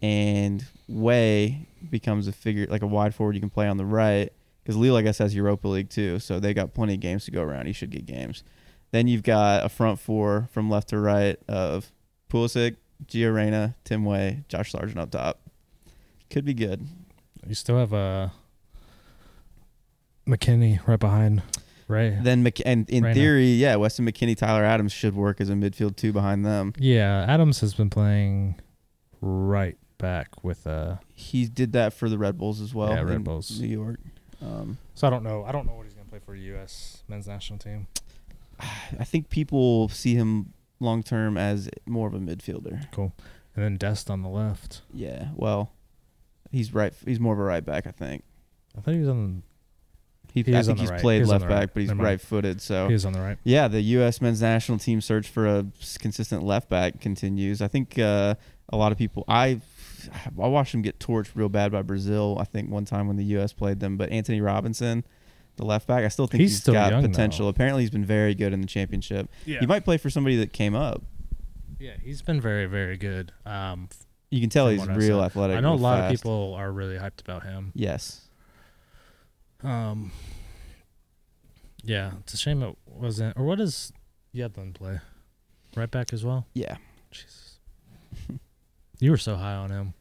Speaker 1: and Way becomes a figure like a wide forward you can play on the right, because Lille I guess has Europa League too, so they got plenty of games to go around. He should get games. Then you've got a front four from left to right of Pulisic, Gio Reyna, Tim Way, Josh Sargent up top. Could be good.
Speaker 2: fine. You still have uh, McKinney right behind Ray.
Speaker 1: Then Mc- and in
Speaker 2: Reyna.
Speaker 1: theory, yeah, Weston McKinney, Tyler Adams should work as a midfield two behind them.
Speaker 2: yeah, Adams has been playing right back with uh.
Speaker 1: He did that for the Red Bulls as well.
Speaker 2: Yeah, Red
Speaker 1: in
Speaker 2: Bulls.
Speaker 1: New York. Um,
Speaker 2: So I don't know. I don't know what he's gonna play for U.S. men's national team.
Speaker 1: I think people see him long term as more of a midfielder.
Speaker 2: Cool. And then Dest on the left.
Speaker 1: Yeah, well, he's right. He's more of a right back, I think.
Speaker 2: I thought he was on.
Speaker 1: He,
Speaker 2: He
Speaker 1: I
Speaker 2: is
Speaker 1: think
Speaker 2: on
Speaker 1: he's
Speaker 2: the right.
Speaker 1: played
Speaker 2: He is on
Speaker 1: left
Speaker 2: the
Speaker 1: back,
Speaker 2: right.
Speaker 1: but he's
Speaker 2: Never mind.
Speaker 1: right footed. So
Speaker 2: He was on the right.
Speaker 1: yeah, the U.S. men's national team search for a s- consistent left back continues. I think uh, a lot of people. I I watched him get torched real bad by Brazil. I think one time when the U.S. played them, but Anthony Robinson, the left back, I still think
Speaker 2: He's
Speaker 1: he's
Speaker 2: still
Speaker 1: got
Speaker 2: young,
Speaker 1: potential. Apparently, he's been very good in the championship.
Speaker 2: Yeah.
Speaker 1: He might play for somebody that came up.
Speaker 2: Yeah, he's been very, very good. Um,
Speaker 1: You can tell
Speaker 2: From
Speaker 1: he's
Speaker 2: what I
Speaker 1: real
Speaker 2: saw.
Speaker 1: athletic.
Speaker 2: I know a
Speaker 1: real
Speaker 2: lot
Speaker 1: fast.
Speaker 2: of people are really hyped about him.
Speaker 1: Yes.
Speaker 2: Um, yeah, it's a shame it wasn't. Or what does Yedlin play? Right back as well.
Speaker 1: Yeah.
Speaker 2: Jesus, you were so high on him.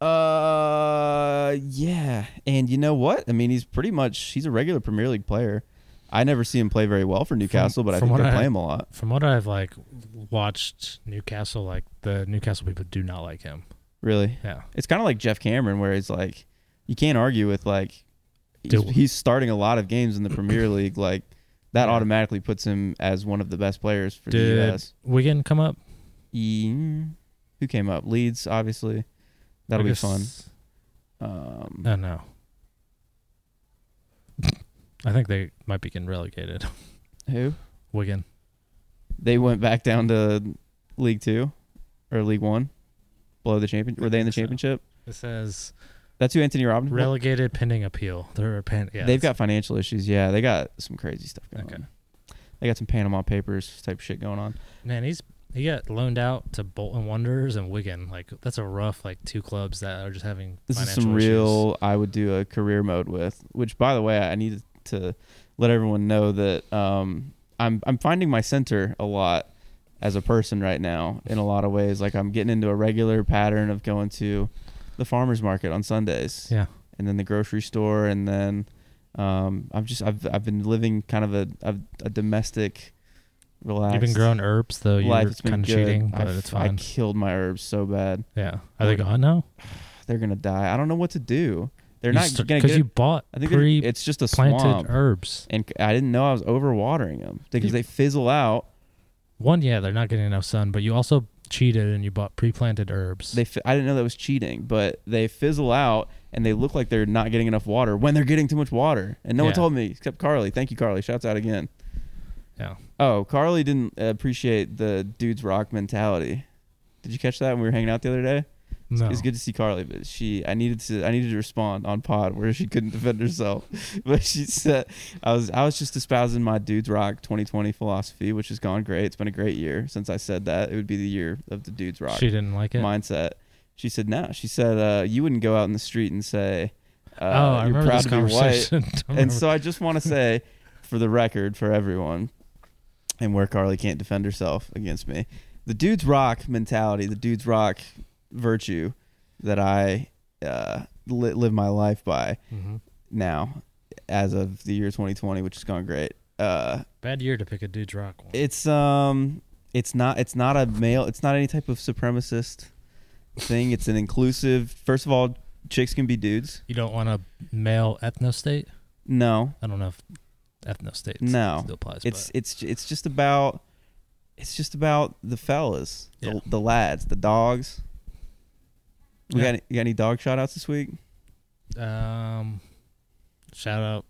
Speaker 1: Uh, yeah. And you know what? I mean, he's pretty much he's a regular Premier League player. I never see him play very well for Newcastle, but I
Speaker 2: from
Speaker 1: think
Speaker 2: what
Speaker 1: they
Speaker 2: I-
Speaker 1: play him a lot.
Speaker 2: From what I've like watched Newcastle, like the Newcastle people do not like him.
Speaker 1: Really,
Speaker 2: Yeah,
Speaker 1: it's kind of like Jeff Cameron, where it's like you can't argue with like he's,
Speaker 2: Dude.
Speaker 1: he's starting a lot of games in the Premier League. Like that
Speaker 2: Yeah.
Speaker 1: automatically puts him as one of the best players for
Speaker 2: Dude.
Speaker 1: the US.
Speaker 2: Wigan come up.
Speaker 1: E- who came up? Leeds, obviously. That'll be
Speaker 2: I guess-
Speaker 1: fun. Um,
Speaker 2: Oh no. I think they might be getting relegated.
Speaker 1: Who?
Speaker 2: Wigan.
Speaker 1: they went back down to League Two or League One, below the champion. Were they in the
Speaker 2: think so.
Speaker 1: championship?
Speaker 2: It says
Speaker 1: That's who Anthony Robinson.
Speaker 2: Relegated pending appeal. They're pen- yeah,
Speaker 1: They've
Speaker 2: it's-
Speaker 1: got financial issues. Yeah, they got some crazy stuff going
Speaker 2: Okay.
Speaker 1: on. They got some Panama Papers type shit going on.
Speaker 2: man. He's he got loaned out to Bolton Wanderers and Wigan. Like that's a rough like two clubs that are just having.
Speaker 1: This is
Speaker 2: financial
Speaker 1: some
Speaker 2: issues.
Speaker 1: real. I would do a career mode with. Which, by the way, I need to let everyone know that um, I'm I'm finding my center a lot as a person right now in a lot of ways. Like I'm getting into a regular pattern of going to the farmers market on Sundays.
Speaker 2: Yeah.
Speaker 1: and then the grocery store, and then um, I'm just I've I've been living kind of a a, a domestic, relaxed.
Speaker 2: You've been growing herbs though. You're
Speaker 1: life. It's been
Speaker 2: kind of
Speaker 1: good.
Speaker 2: cheating, but
Speaker 1: I've-
Speaker 2: it's
Speaker 1: I
Speaker 2: fine.
Speaker 1: killed my herbs so bad.
Speaker 2: yeah, are they gone now?
Speaker 1: They're gonna die. I don't know what to do. They're
Speaker 2: you
Speaker 1: not gonna
Speaker 2: because
Speaker 1: get.
Speaker 2: you bought
Speaker 1: I think they're-
Speaker 2: pre-planted
Speaker 1: it's just a swamp,
Speaker 2: herbs.
Speaker 1: and c- I didn't know I was overwatering them because
Speaker 2: You-
Speaker 1: they fizzle out.
Speaker 2: One, yeah, they're not getting enough sun, but you also cheated and you bought pre-planted herbs.
Speaker 1: They fi- I didn't know that was cheating, but they fizzle out and they look like they're not getting enough water when they're getting too much water. And no one
Speaker 2: Yeah.
Speaker 1: told me except Carly. Thank you, Carly. Shouts out again.
Speaker 2: yeah,
Speaker 1: Oh, Carly didn't appreciate the dude's rock mentality. Did you catch that when we were hanging out the other day?
Speaker 2: no.
Speaker 1: It's good to see Carly, but she I needed to I needed to respond on pod where she couldn't defend herself. But she said I was I was just espousing my dudes rock 2020 philosophy, which has gone great. It's been a great year since I said that. It would be the year of the dudes rock
Speaker 2: She didn't like it.
Speaker 1: mindset. She said no. She said uh, you wouldn't go out in the street and say uh,
Speaker 2: oh, I
Speaker 1: you're
Speaker 2: remember
Speaker 1: proud
Speaker 2: this
Speaker 1: to be white.
Speaker 2: conversation. I
Speaker 1: And
Speaker 2: remember-
Speaker 1: so I just want to say, for the record, for everyone, and where Carly can't defend herself against me, the dude's rock mentality, the dude's rock virtue that I uh, li- live my life by
Speaker 2: Mhm.
Speaker 1: now, as of the year 2020, which has gone great. Uh,
Speaker 2: bad year to pick a dude's rock one.
Speaker 1: it's um, it's not it's not a male, it's not any type of supremacist thing. It's an inclusive. First of all, chicks can be dudes.
Speaker 2: You don't want a male ethno state?
Speaker 1: No,
Speaker 2: I don't know if ethno state
Speaker 1: No.
Speaker 2: still applies.
Speaker 1: it's it's it's just about it's just about the fellas, the,
Speaker 2: Yeah.
Speaker 1: the lads, the dogs. We
Speaker 2: Yeah.
Speaker 1: got any, you got any dog shout outs this week?
Speaker 2: but, um Shout out,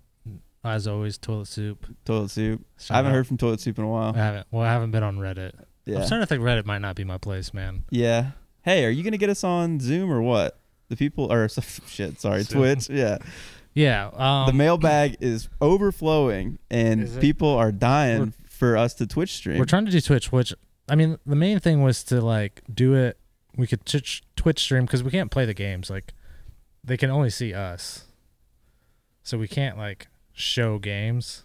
Speaker 2: as always, Toilet Soup.
Speaker 1: Toilet soup.
Speaker 2: Shout
Speaker 1: I haven't
Speaker 2: out.
Speaker 1: heard from toilet soup in a while.
Speaker 2: I haven't. Well, I haven't been on Reddit.
Speaker 1: yeah.
Speaker 2: Uh-huh. I'm starting to think Reddit might not be my place, man.
Speaker 1: Yeah. Hey, are you gonna get us on Zoom or what? The people or shit. Sorry,
Speaker 2: Zoom.
Speaker 1: Twitch. Yeah.
Speaker 2: Yeah. Um,
Speaker 1: the mailbag is overflowing,
Speaker 2: Is
Speaker 1: and
Speaker 2: it?
Speaker 1: people are dying
Speaker 2: We're-
Speaker 1: for us to Twitch stream.
Speaker 2: We're trying to do Twitch, which I mean, the main thing was to like do it. We could Twitch Twitch stream because we can't play the games. Like they can only see us, so we can't like show games.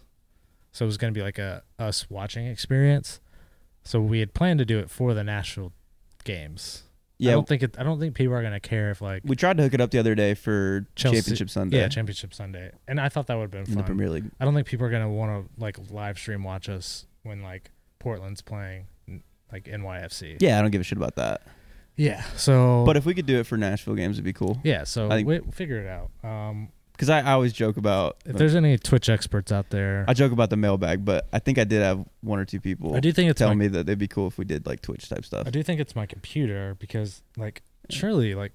Speaker 2: So it was gonna be like a us watching experience. So we had planned to do it for the Nashville games. I
Speaker 1: yeah.
Speaker 2: don't think it. I don't think people are gonna care if like
Speaker 1: We tried to hook it up the other day for
Speaker 2: Chelsea-
Speaker 1: Championship Sunday
Speaker 2: yeah Championship Sunday, and I thought that would have
Speaker 1: in
Speaker 2: been
Speaker 1: the
Speaker 2: fun.
Speaker 1: Premier League.
Speaker 2: I don't think people are gonna want to like live stream watch us when like Portland's playing like NYFC.
Speaker 1: Yeah, I don't give a shit about that.
Speaker 2: Yeah. So,
Speaker 1: But if we could do it for Nashville games, it'd be cool.
Speaker 2: yeah, so
Speaker 1: I think-
Speaker 2: we figure it out. Um,
Speaker 1: Because I, I always joke about
Speaker 2: if there's any Twitch experts out there,
Speaker 1: I joke about the mailbag, but I think I did have one or two people
Speaker 2: I do think it's
Speaker 1: tell
Speaker 2: my,
Speaker 1: me that they'd be cool if we did like Twitch type stuff.
Speaker 2: I do think it's my computer because like surely like,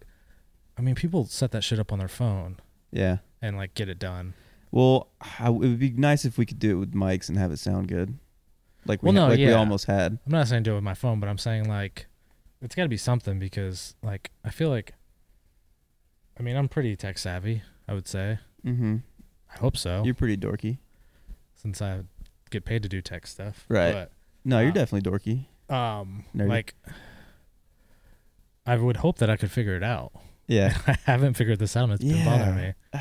Speaker 2: I mean, people set that shit up on their phone
Speaker 1: Yeah.
Speaker 2: and like get it done.
Speaker 1: Well, I, it would be nice if we could do it with mics and have it sound good, like we
Speaker 2: Well,
Speaker 1: ha-
Speaker 2: no,
Speaker 1: like we
Speaker 2: yeah.
Speaker 1: almost had.
Speaker 2: I'm not saying do it with my phone, but I'm saying like, it's got to be something because like I feel like, I mean, I'm pretty tech savvy. I would say.
Speaker 1: hmm
Speaker 2: I hope so.
Speaker 1: You're pretty dorky.
Speaker 2: since I get paid to do tech stuff.
Speaker 1: Right.
Speaker 2: But
Speaker 1: No, you're
Speaker 2: Uh,
Speaker 1: definitely dorky.
Speaker 2: um
Speaker 1: Nerdy.
Speaker 2: like I would hope that I could figure it out.
Speaker 1: Yeah.
Speaker 2: I haven't figured this out and it's been bothering
Speaker 1: Yeah.
Speaker 2: me.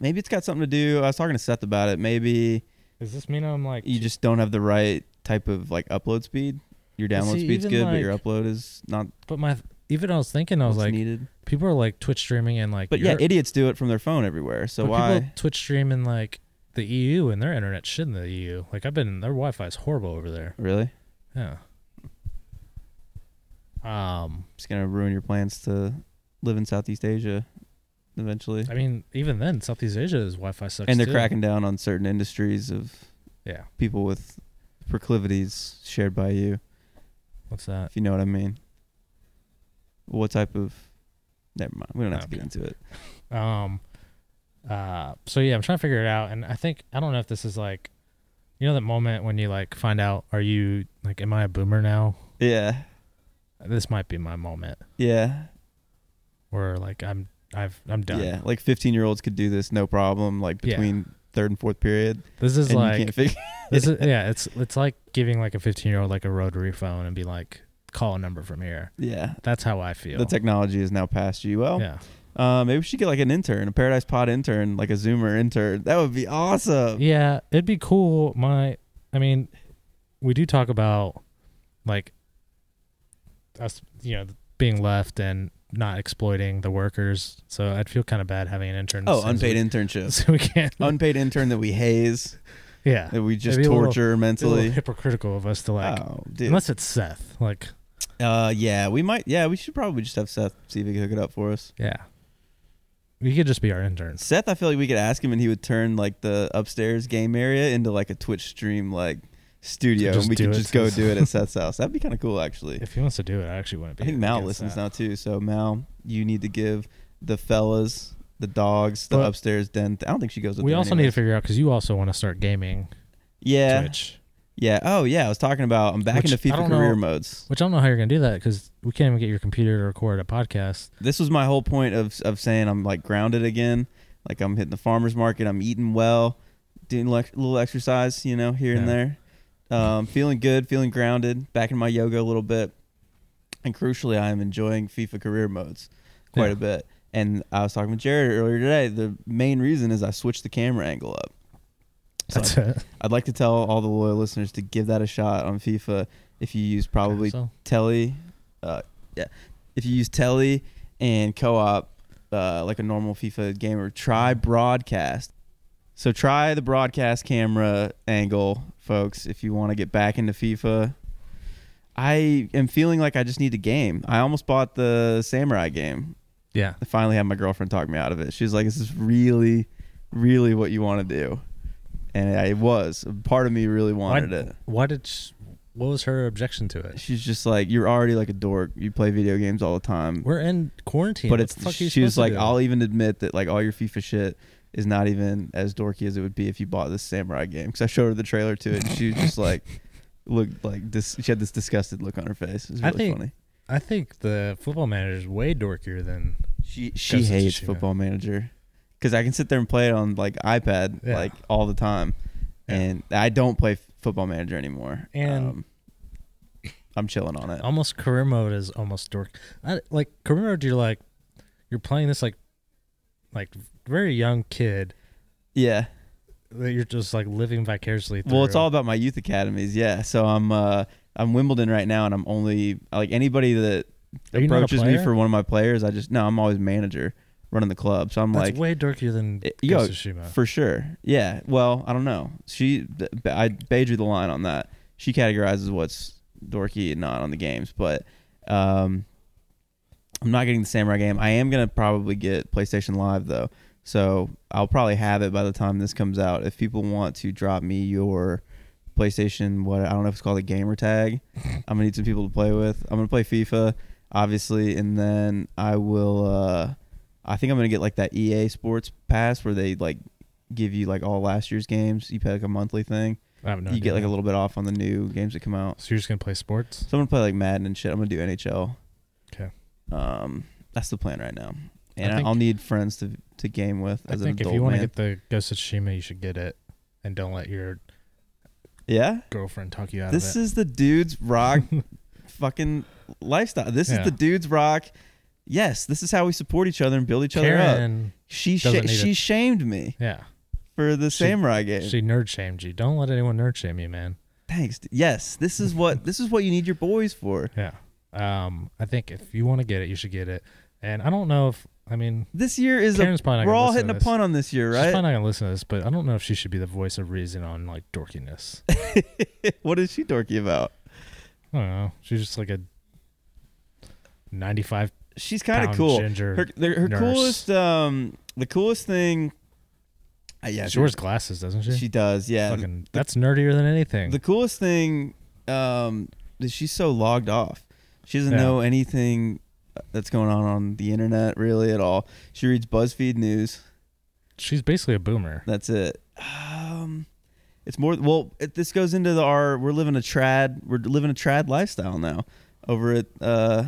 Speaker 1: Maybe it's got something to do. I was talking to Seth about it. Maybe
Speaker 2: Does this mean I'm like
Speaker 1: you just don't have the right type of like upload speed. Your download
Speaker 2: see,
Speaker 1: speed's
Speaker 2: even,
Speaker 1: good, but your
Speaker 2: like,
Speaker 1: upload is not
Speaker 2: but my even I was thinking I was
Speaker 1: what's
Speaker 2: like
Speaker 1: needed.
Speaker 2: people are like Twitch streaming and like
Speaker 1: But yeah,
Speaker 2: Europe-
Speaker 1: idiots do it from their phone everywhere. So
Speaker 2: but people
Speaker 1: why?
Speaker 2: Twitch stream in like the EU and their internet shit in the EU. Like I've been their Wi Fi is horrible over there.
Speaker 1: Really?
Speaker 2: Yeah. Um
Speaker 1: It's gonna ruin your plans to live in Southeast Asia eventually.
Speaker 2: I mean even then Southeast Asia's Wi Fi sucks.
Speaker 1: and they're
Speaker 2: too.
Speaker 1: cracking down on certain industries of
Speaker 2: Yeah.
Speaker 1: people with proclivities shared by you,
Speaker 2: What's that?
Speaker 1: if you know what I mean. What type of? Never mind. We don't have to get
Speaker 2: Okay.
Speaker 1: into it.
Speaker 2: Um, uh, so yeah, I'm trying to figure it out, and I think I don't know if this is like, you know, that moment when you like find out, are you like, am I a boomer now?
Speaker 1: Yeah,
Speaker 2: This might be my moment
Speaker 1: yeah,
Speaker 2: where like I'm, I've, I'm done.
Speaker 1: yeah. Like fifteen-year-olds could do this no problem. Like
Speaker 2: Yeah.
Speaker 1: between third and fourth period,
Speaker 2: This is
Speaker 1: and you
Speaker 2: like,
Speaker 1: can't figure.
Speaker 2: this is yeah, it's it's like giving like a 15 year old like a rotary phone and be like, call a number from here.
Speaker 1: yeah,
Speaker 2: That's how I feel.
Speaker 1: the technology is now past you. Well,
Speaker 2: yeah,
Speaker 1: uh, maybe we should get like an intern, a Paradise Pod intern, like a Zoomer intern. That would be awesome.
Speaker 2: yeah, it'd be cool. My, I mean, we do talk about like us, you know, being left and not exploiting the workers. So I'd feel kind of bad having an intern.
Speaker 1: Oh,
Speaker 2: since
Speaker 1: unpaid
Speaker 2: we,
Speaker 1: internships.
Speaker 2: So we can't.
Speaker 1: unpaid intern that we haze,
Speaker 2: yeah,
Speaker 1: that we just
Speaker 2: Maybe a little-
Speaker 1: torture
Speaker 2: it's a little
Speaker 1: mentally.
Speaker 2: hypocritical of us to like,
Speaker 1: oh, dude.
Speaker 2: unless it's Seth. Like,
Speaker 1: Uh, yeah, we might. Yeah, we should probably just have Seth see if he can hook it up for us.
Speaker 2: yeah, we could just be our interns.
Speaker 1: Seth, I feel like we could ask him, and he would turn like the upstairs game area into like a Twitch stream like studio,
Speaker 2: Just
Speaker 1: and we
Speaker 2: do
Speaker 1: could
Speaker 2: it
Speaker 1: just
Speaker 2: to
Speaker 1: go
Speaker 2: us.
Speaker 1: do it at Seth's house. That'd be kind of cool, actually.
Speaker 2: If he wants to do it, I actually wouldn't be.
Speaker 1: I think Mal
Speaker 2: against
Speaker 1: listens
Speaker 2: that.
Speaker 1: now too, so Mal, you need to give the fellas, the dogs, the
Speaker 2: But-
Speaker 1: upstairs den. I don't think she goes. With
Speaker 2: We
Speaker 1: them
Speaker 2: also need to
Speaker 1: anyways.
Speaker 2: figure out because you also want to start gaming
Speaker 1: yeah,
Speaker 2: Twitch,
Speaker 1: yeah. Oh yeah, I was talking about. I'm back
Speaker 2: Which
Speaker 1: into
Speaker 2: I
Speaker 1: FIFA
Speaker 2: don't know-
Speaker 1: career modes.
Speaker 2: which I don't know how you're gonna do that because we can't even get your computer to record a podcast.
Speaker 1: This was my whole point of of saying I'm like grounded again. Like I'm hitting the farmers market. I'm eating well, doing like little exercise, you know, here and
Speaker 2: Yeah.
Speaker 1: there. Um, feeling good, feeling grounded. Back in my yoga a little bit, and crucially, I am enjoying FIFA career modes quite
Speaker 2: Yeah.
Speaker 1: a bit. And I was talking with Jared earlier today. The main reason is I switched the camera angle up. So
Speaker 2: That's it.
Speaker 1: I'd like to tell all the loyal listeners to give that a shot on FIFA. If you use probably
Speaker 2: So,
Speaker 1: telly uh yeah if you use telly and co-op uh like a normal fifa gamer try broadcast so try the broadcast camera angle folks if you want to get back into fifa i am feeling like i just need a game i almost bought the samurai game
Speaker 2: yeah.
Speaker 1: i finally had my girlfriend talk me out of it she's like this is really really what you want to do and I- it was part of me really wanted it
Speaker 2: Why did? She, what was her objection to it?
Speaker 1: She's just like, you're already like a dork. You play video games all the time.
Speaker 2: We're in quarantine.
Speaker 1: but
Speaker 2: What
Speaker 1: it's
Speaker 2: the fuck are you
Speaker 1: she was
Speaker 2: supposed
Speaker 1: like,
Speaker 2: to do?
Speaker 1: I'll even admit that like all your FIFA shit is not even as dorky as it would be if you bought this samurai game. Because I showed her the trailer to it, and she was just like looked like this. She had this disgusted look on her face. It was
Speaker 2: I
Speaker 1: really
Speaker 2: think-
Speaker 1: funny.
Speaker 2: I think the football manager is way dorkier than
Speaker 1: She she
Speaker 2: Ghost of
Speaker 1: hates
Speaker 2: Tsushima.
Speaker 1: Football Manager because I can sit there and play it on like iPad
Speaker 2: Yeah.
Speaker 1: like all the time,
Speaker 2: Yeah.
Speaker 1: and I don't play Football Manager anymore. Um,
Speaker 2: And-
Speaker 1: I'm chilling on it.
Speaker 2: almost career mode is almost dork. I, like career mode, you're like you're playing this like like very young kid
Speaker 1: yeah.
Speaker 2: that you're just like living vicariously. Through.
Speaker 1: Well, it's all about my youth academies. Yeah. So I'm uh I'm Wimbledon right now, and I'm only like anybody that
Speaker 2: Are you not a
Speaker 1: approaches me
Speaker 2: player?
Speaker 1: for one of my players. I just no, I'm always manager running the club. So I'm
Speaker 2: That's
Speaker 1: like
Speaker 2: way dorkier than
Speaker 1: It- yo,
Speaker 2: Ghost of Tsushima.
Speaker 1: For sure. Yeah. Well, I don't know. She, th- I drew the line on that. She categorizes what's dorky and not on the games, but um, I'm not getting the samurai game. I am gonna probably get PlayStation Live though, so I'll probably have it by the time this comes out. If people want to drop me your PlayStation, what I don't know if it's called a gamer tag, I'm gonna need some people to play with. I'm gonna play FIFA, obviously, and then I will. uh I think I'm gonna get like that EA Sports pass where they like give you like all last year's games. You pay like a monthly thing.
Speaker 2: I have no
Speaker 1: you
Speaker 2: idea.
Speaker 1: get like a little bit off on the new games that come out.
Speaker 2: So you're just gonna play sports?
Speaker 1: So I'm gonna play like Madden and shit. I'm gonna do NHL.
Speaker 2: Okay.
Speaker 1: Um, that's the plan right now, and
Speaker 2: I
Speaker 1: I
Speaker 2: think-
Speaker 1: I'll need friends to to game with
Speaker 2: I
Speaker 1: as an
Speaker 2: think if
Speaker 1: adult
Speaker 2: you want to
Speaker 1: man.
Speaker 2: get the Ghost of Tsushima, you should get it, and don't let your
Speaker 1: yeah.
Speaker 2: girlfriend talk you out
Speaker 1: This
Speaker 2: of it.
Speaker 1: is the dude's rock, fucking lifestyle. This
Speaker 2: Yeah.
Speaker 1: is the dude's rock. Yes, this is how we support each other and build each other up.
Speaker 2: Karen,
Speaker 1: She
Speaker 2: doesn't
Speaker 1: sh-
Speaker 2: need
Speaker 1: she
Speaker 2: it.
Speaker 1: shamed me
Speaker 2: yeah,
Speaker 1: for the
Speaker 2: She-
Speaker 1: samurai game.
Speaker 2: she nerd shamed you. Don't let anyone nerd shame you, man.
Speaker 1: Thanks. d- Yes, this is what this is what you need your boys for.
Speaker 2: Yeah. Um, I think if you want to get it, you should get it. And I don't know if I mean
Speaker 1: This year is
Speaker 2: Karen's
Speaker 1: a
Speaker 2: probably not
Speaker 1: we're
Speaker 2: gonna
Speaker 1: all
Speaker 2: listen
Speaker 1: hitting
Speaker 2: to
Speaker 1: a
Speaker 2: this.
Speaker 1: punt on this year,
Speaker 2: she's probably
Speaker 1: right?
Speaker 2: not gonna listen to this, but I don't know if she should be the voice of reason on like dorkiness. I
Speaker 1: what is she dorky about?
Speaker 2: don't know. She's just like a ninety-five
Speaker 1: She's kind
Speaker 2: pound
Speaker 1: of cool.
Speaker 2: ginger.
Speaker 1: Her the, her
Speaker 2: nurse.
Speaker 1: coolest um the coolest thing. Uh, yeah,
Speaker 2: she wears glasses, doesn't she?
Speaker 1: she does. Yeah,
Speaker 2: Fucking, that's nerdier than anything.
Speaker 1: The coolest thing um, is she's so logged off. She doesn't
Speaker 2: Yeah.
Speaker 1: know anything uh, that's going on on the internet really at all. She reads BuzzFeed news.
Speaker 2: She's basically a boomer.
Speaker 1: That's it. Um, it's more well. It, this goes into the our we're living a trad we're living a trad lifestyle now over at uh,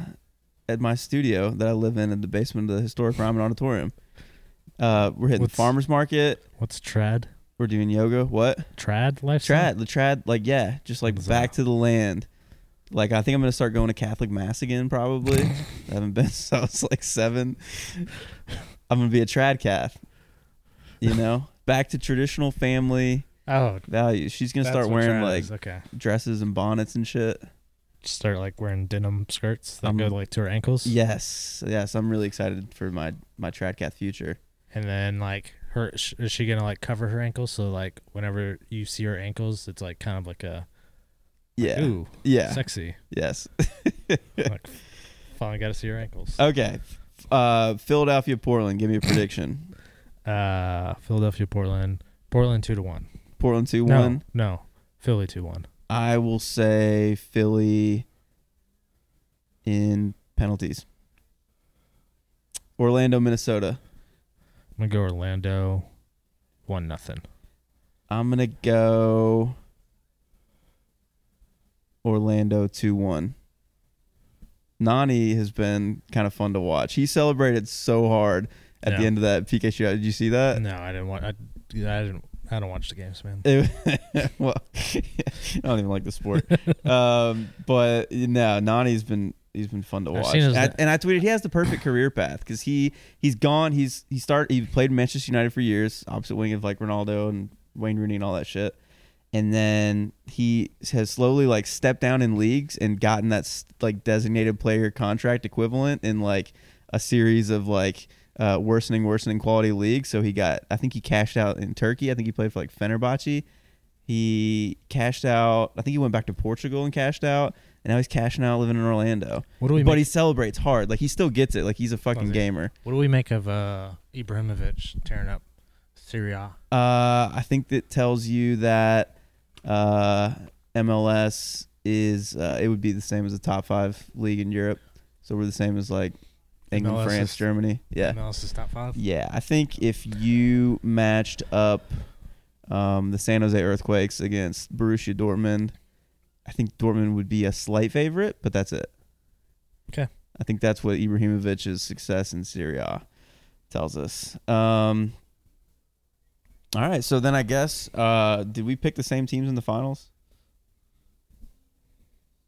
Speaker 1: at my studio that I live in in the basement of the historic Ryman Auditorium. Uh, we're hitting
Speaker 2: What's-
Speaker 1: farmers market.
Speaker 2: What's trad?
Speaker 1: We're doing yoga. What?
Speaker 2: Trad lifestyle.
Speaker 1: Trad, the trad, like yeah, just like
Speaker 2: What's
Speaker 1: back
Speaker 2: that?
Speaker 1: to the land. Like I think I'm gonna start going to Catholic mass again. Probably I haven't been since I was like seven. I'm gonna be a trad cath. You know, back to traditional family
Speaker 2: Oh,
Speaker 1: values. She's gonna
Speaker 2: that's
Speaker 1: start
Speaker 2: what
Speaker 1: wearing
Speaker 2: trad
Speaker 1: like
Speaker 2: is. okay.
Speaker 1: dresses and bonnets and shit.
Speaker 2: Start like wearing denim skirts that
Speaker 1: I'm-
Speaker 2: go like to her ankles.
Speaker 1: Yes, yes, I'm really excited for my my trad cath future.
Speaker 2: and then like her sh- is she gonna like cover her ankles so like whenever you see her ankles it's like kind of like a
Speaker 1: Yeah,
Speaker 2: ooh
Speaker 1: yeah,
Speaker 2: sexy
Speaker 1: yes.
Speaker 2: like finally got to see her ankles
Speaker 1: Okay, uh, Philadelphia, Portland. Give me a prediction.
Speaker 2: uh philadelphia portland portland two to one
Speaker 1: Portland two
Speaker 2: no
Speaker 1: one.
Speaker 2: no philly two one
Speaker 1: I will say Philly in penalties. Orlando, Minnesota.
Speaker 2: i'm gonna go orlando one nothing
Speaker 1: I'm going to go Orlando 2 1. Nani has been kind of fun to watch. He celebrated so hard at the
Speaker 2: Yeah.
Speaker 1: end of that PK shootout. Did you see that?
Speaker 2: no i didn't want I, I didn't i don't watch the games man
Speaker 1: It, well, I don't even like the sport, um, but no, Nani's been he's been fun to
Speaker 2: I've
Speaker 1: watch.
Speaker 2: seen his-
Speaker 1: I- and I tweeted he has the perfect career path because he he's gone. He's he started he played Manchester United for years, opposite wing of like Ronaldo and Wayne Rooney and all that shit. And then he has slowly like stepped down in leagues and gotten that s- like designated player contract equivalent in like a series of like uh, worsening, worsening quality leagues. So he got, I think he cashed out in Turkey. I think he played for like Fenerbahce. He cashed out. I think he went back to Portugal and cashed out. And now he's cashing out, living in Orlando.
Speaker 2: what do we
Speaker 1: but
Speaker 2: make,
Speaker 1: he celebrates hard. Like he still gets it. Like he's a fucking
Speaker 2: he?
Speaker 1: gamer.
Speaker 2: what do we make of uh ibrahimovic tearing up syria
Speaker 1: Uh, I think that tells you that uh, MLS is. Uh, it would be the same as the top five league in Europe. So we're the same as like England,
Speaker 2: MLS
Speaker 1: France,
Speaker 2: is-
Speaker 1: Germany. Yeah.
Speaker 2: MLS is top five.
Speaker 1: Yeah, I think if you matched up um, the San Jose Earthquakes against Borussia Dortmund, I think Dortmund would be a slight favorite, but that's it.
Speaker 2: Okay.
Speaker 1: I think that's what Ibrahimovic's success in Syria tells us. Um, all right, so then I guess uh, did we pick the same teams in the finals?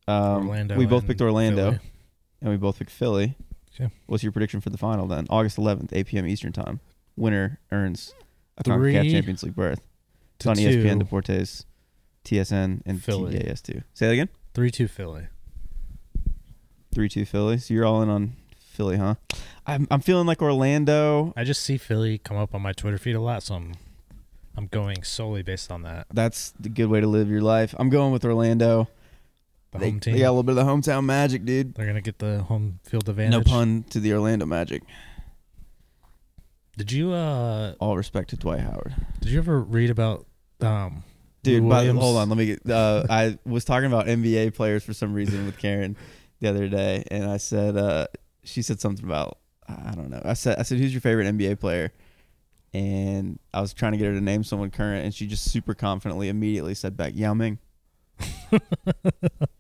Speaker 1: Um,
Speaker 2: Orlando
Speaker 1: We both
Speaker 2: and
Speaker 1: picked Orlando,
Speaker 2: Philly.
Speaker 1: and we both picked Philly.
Speaker 2: Okay.
Speaker 1: What's your prediction for the final then? August 11th, 8 p.m. Eastern Time. Winner earns a CONCACAF
Speaker 2: Three
Speaker 1: Champions League berth. E It's
Speaker 2: To
Speaker 1: on ESPN,
Speaker 2: two.
Speaker 1: Deportes, TSN, and
Speaker 2: Philly.
Speaker 1: TAS2. Say that again.
Speaker 2: Three two Philly.
Speaker 1: 3 2 Philly. So you're all in on Philly, huh? I'm, I'm feeling like Orlando.
Speaker 2: I just see Philly come up on my Twitter feed a lot, so I'm I'm going solely based on that.
Speaker 1: That's the good way to live your life. I'm going with Orlando.
Speaker 2: The
Speaker 1: They,
Speaker 2: home team.
Speaker 1: they got a little bit of the hometown magic, dude.
Speaker 2: They're gonna get the home field advantage.
Speaker 1: No pun to the Orlando Magic.
Speaker 2: Did you uh
Speaker 1: All respect to Dwight Howard.
Speaker 2: did you ever read about um
Speaker 1: Dude,
Speaker 2: Lou
Speaker 1: by the,
Speaker 2: Williams.
Speaker 1: hold on. Let me get. Uh, I was talking about NBA players for some reason with Karen the other day, and I said uh, she said something about I don't know. I said I said who's your favorite NBA player, and I was trying to get her to name someone current, and she just super confidently immediately said back Yao Ming.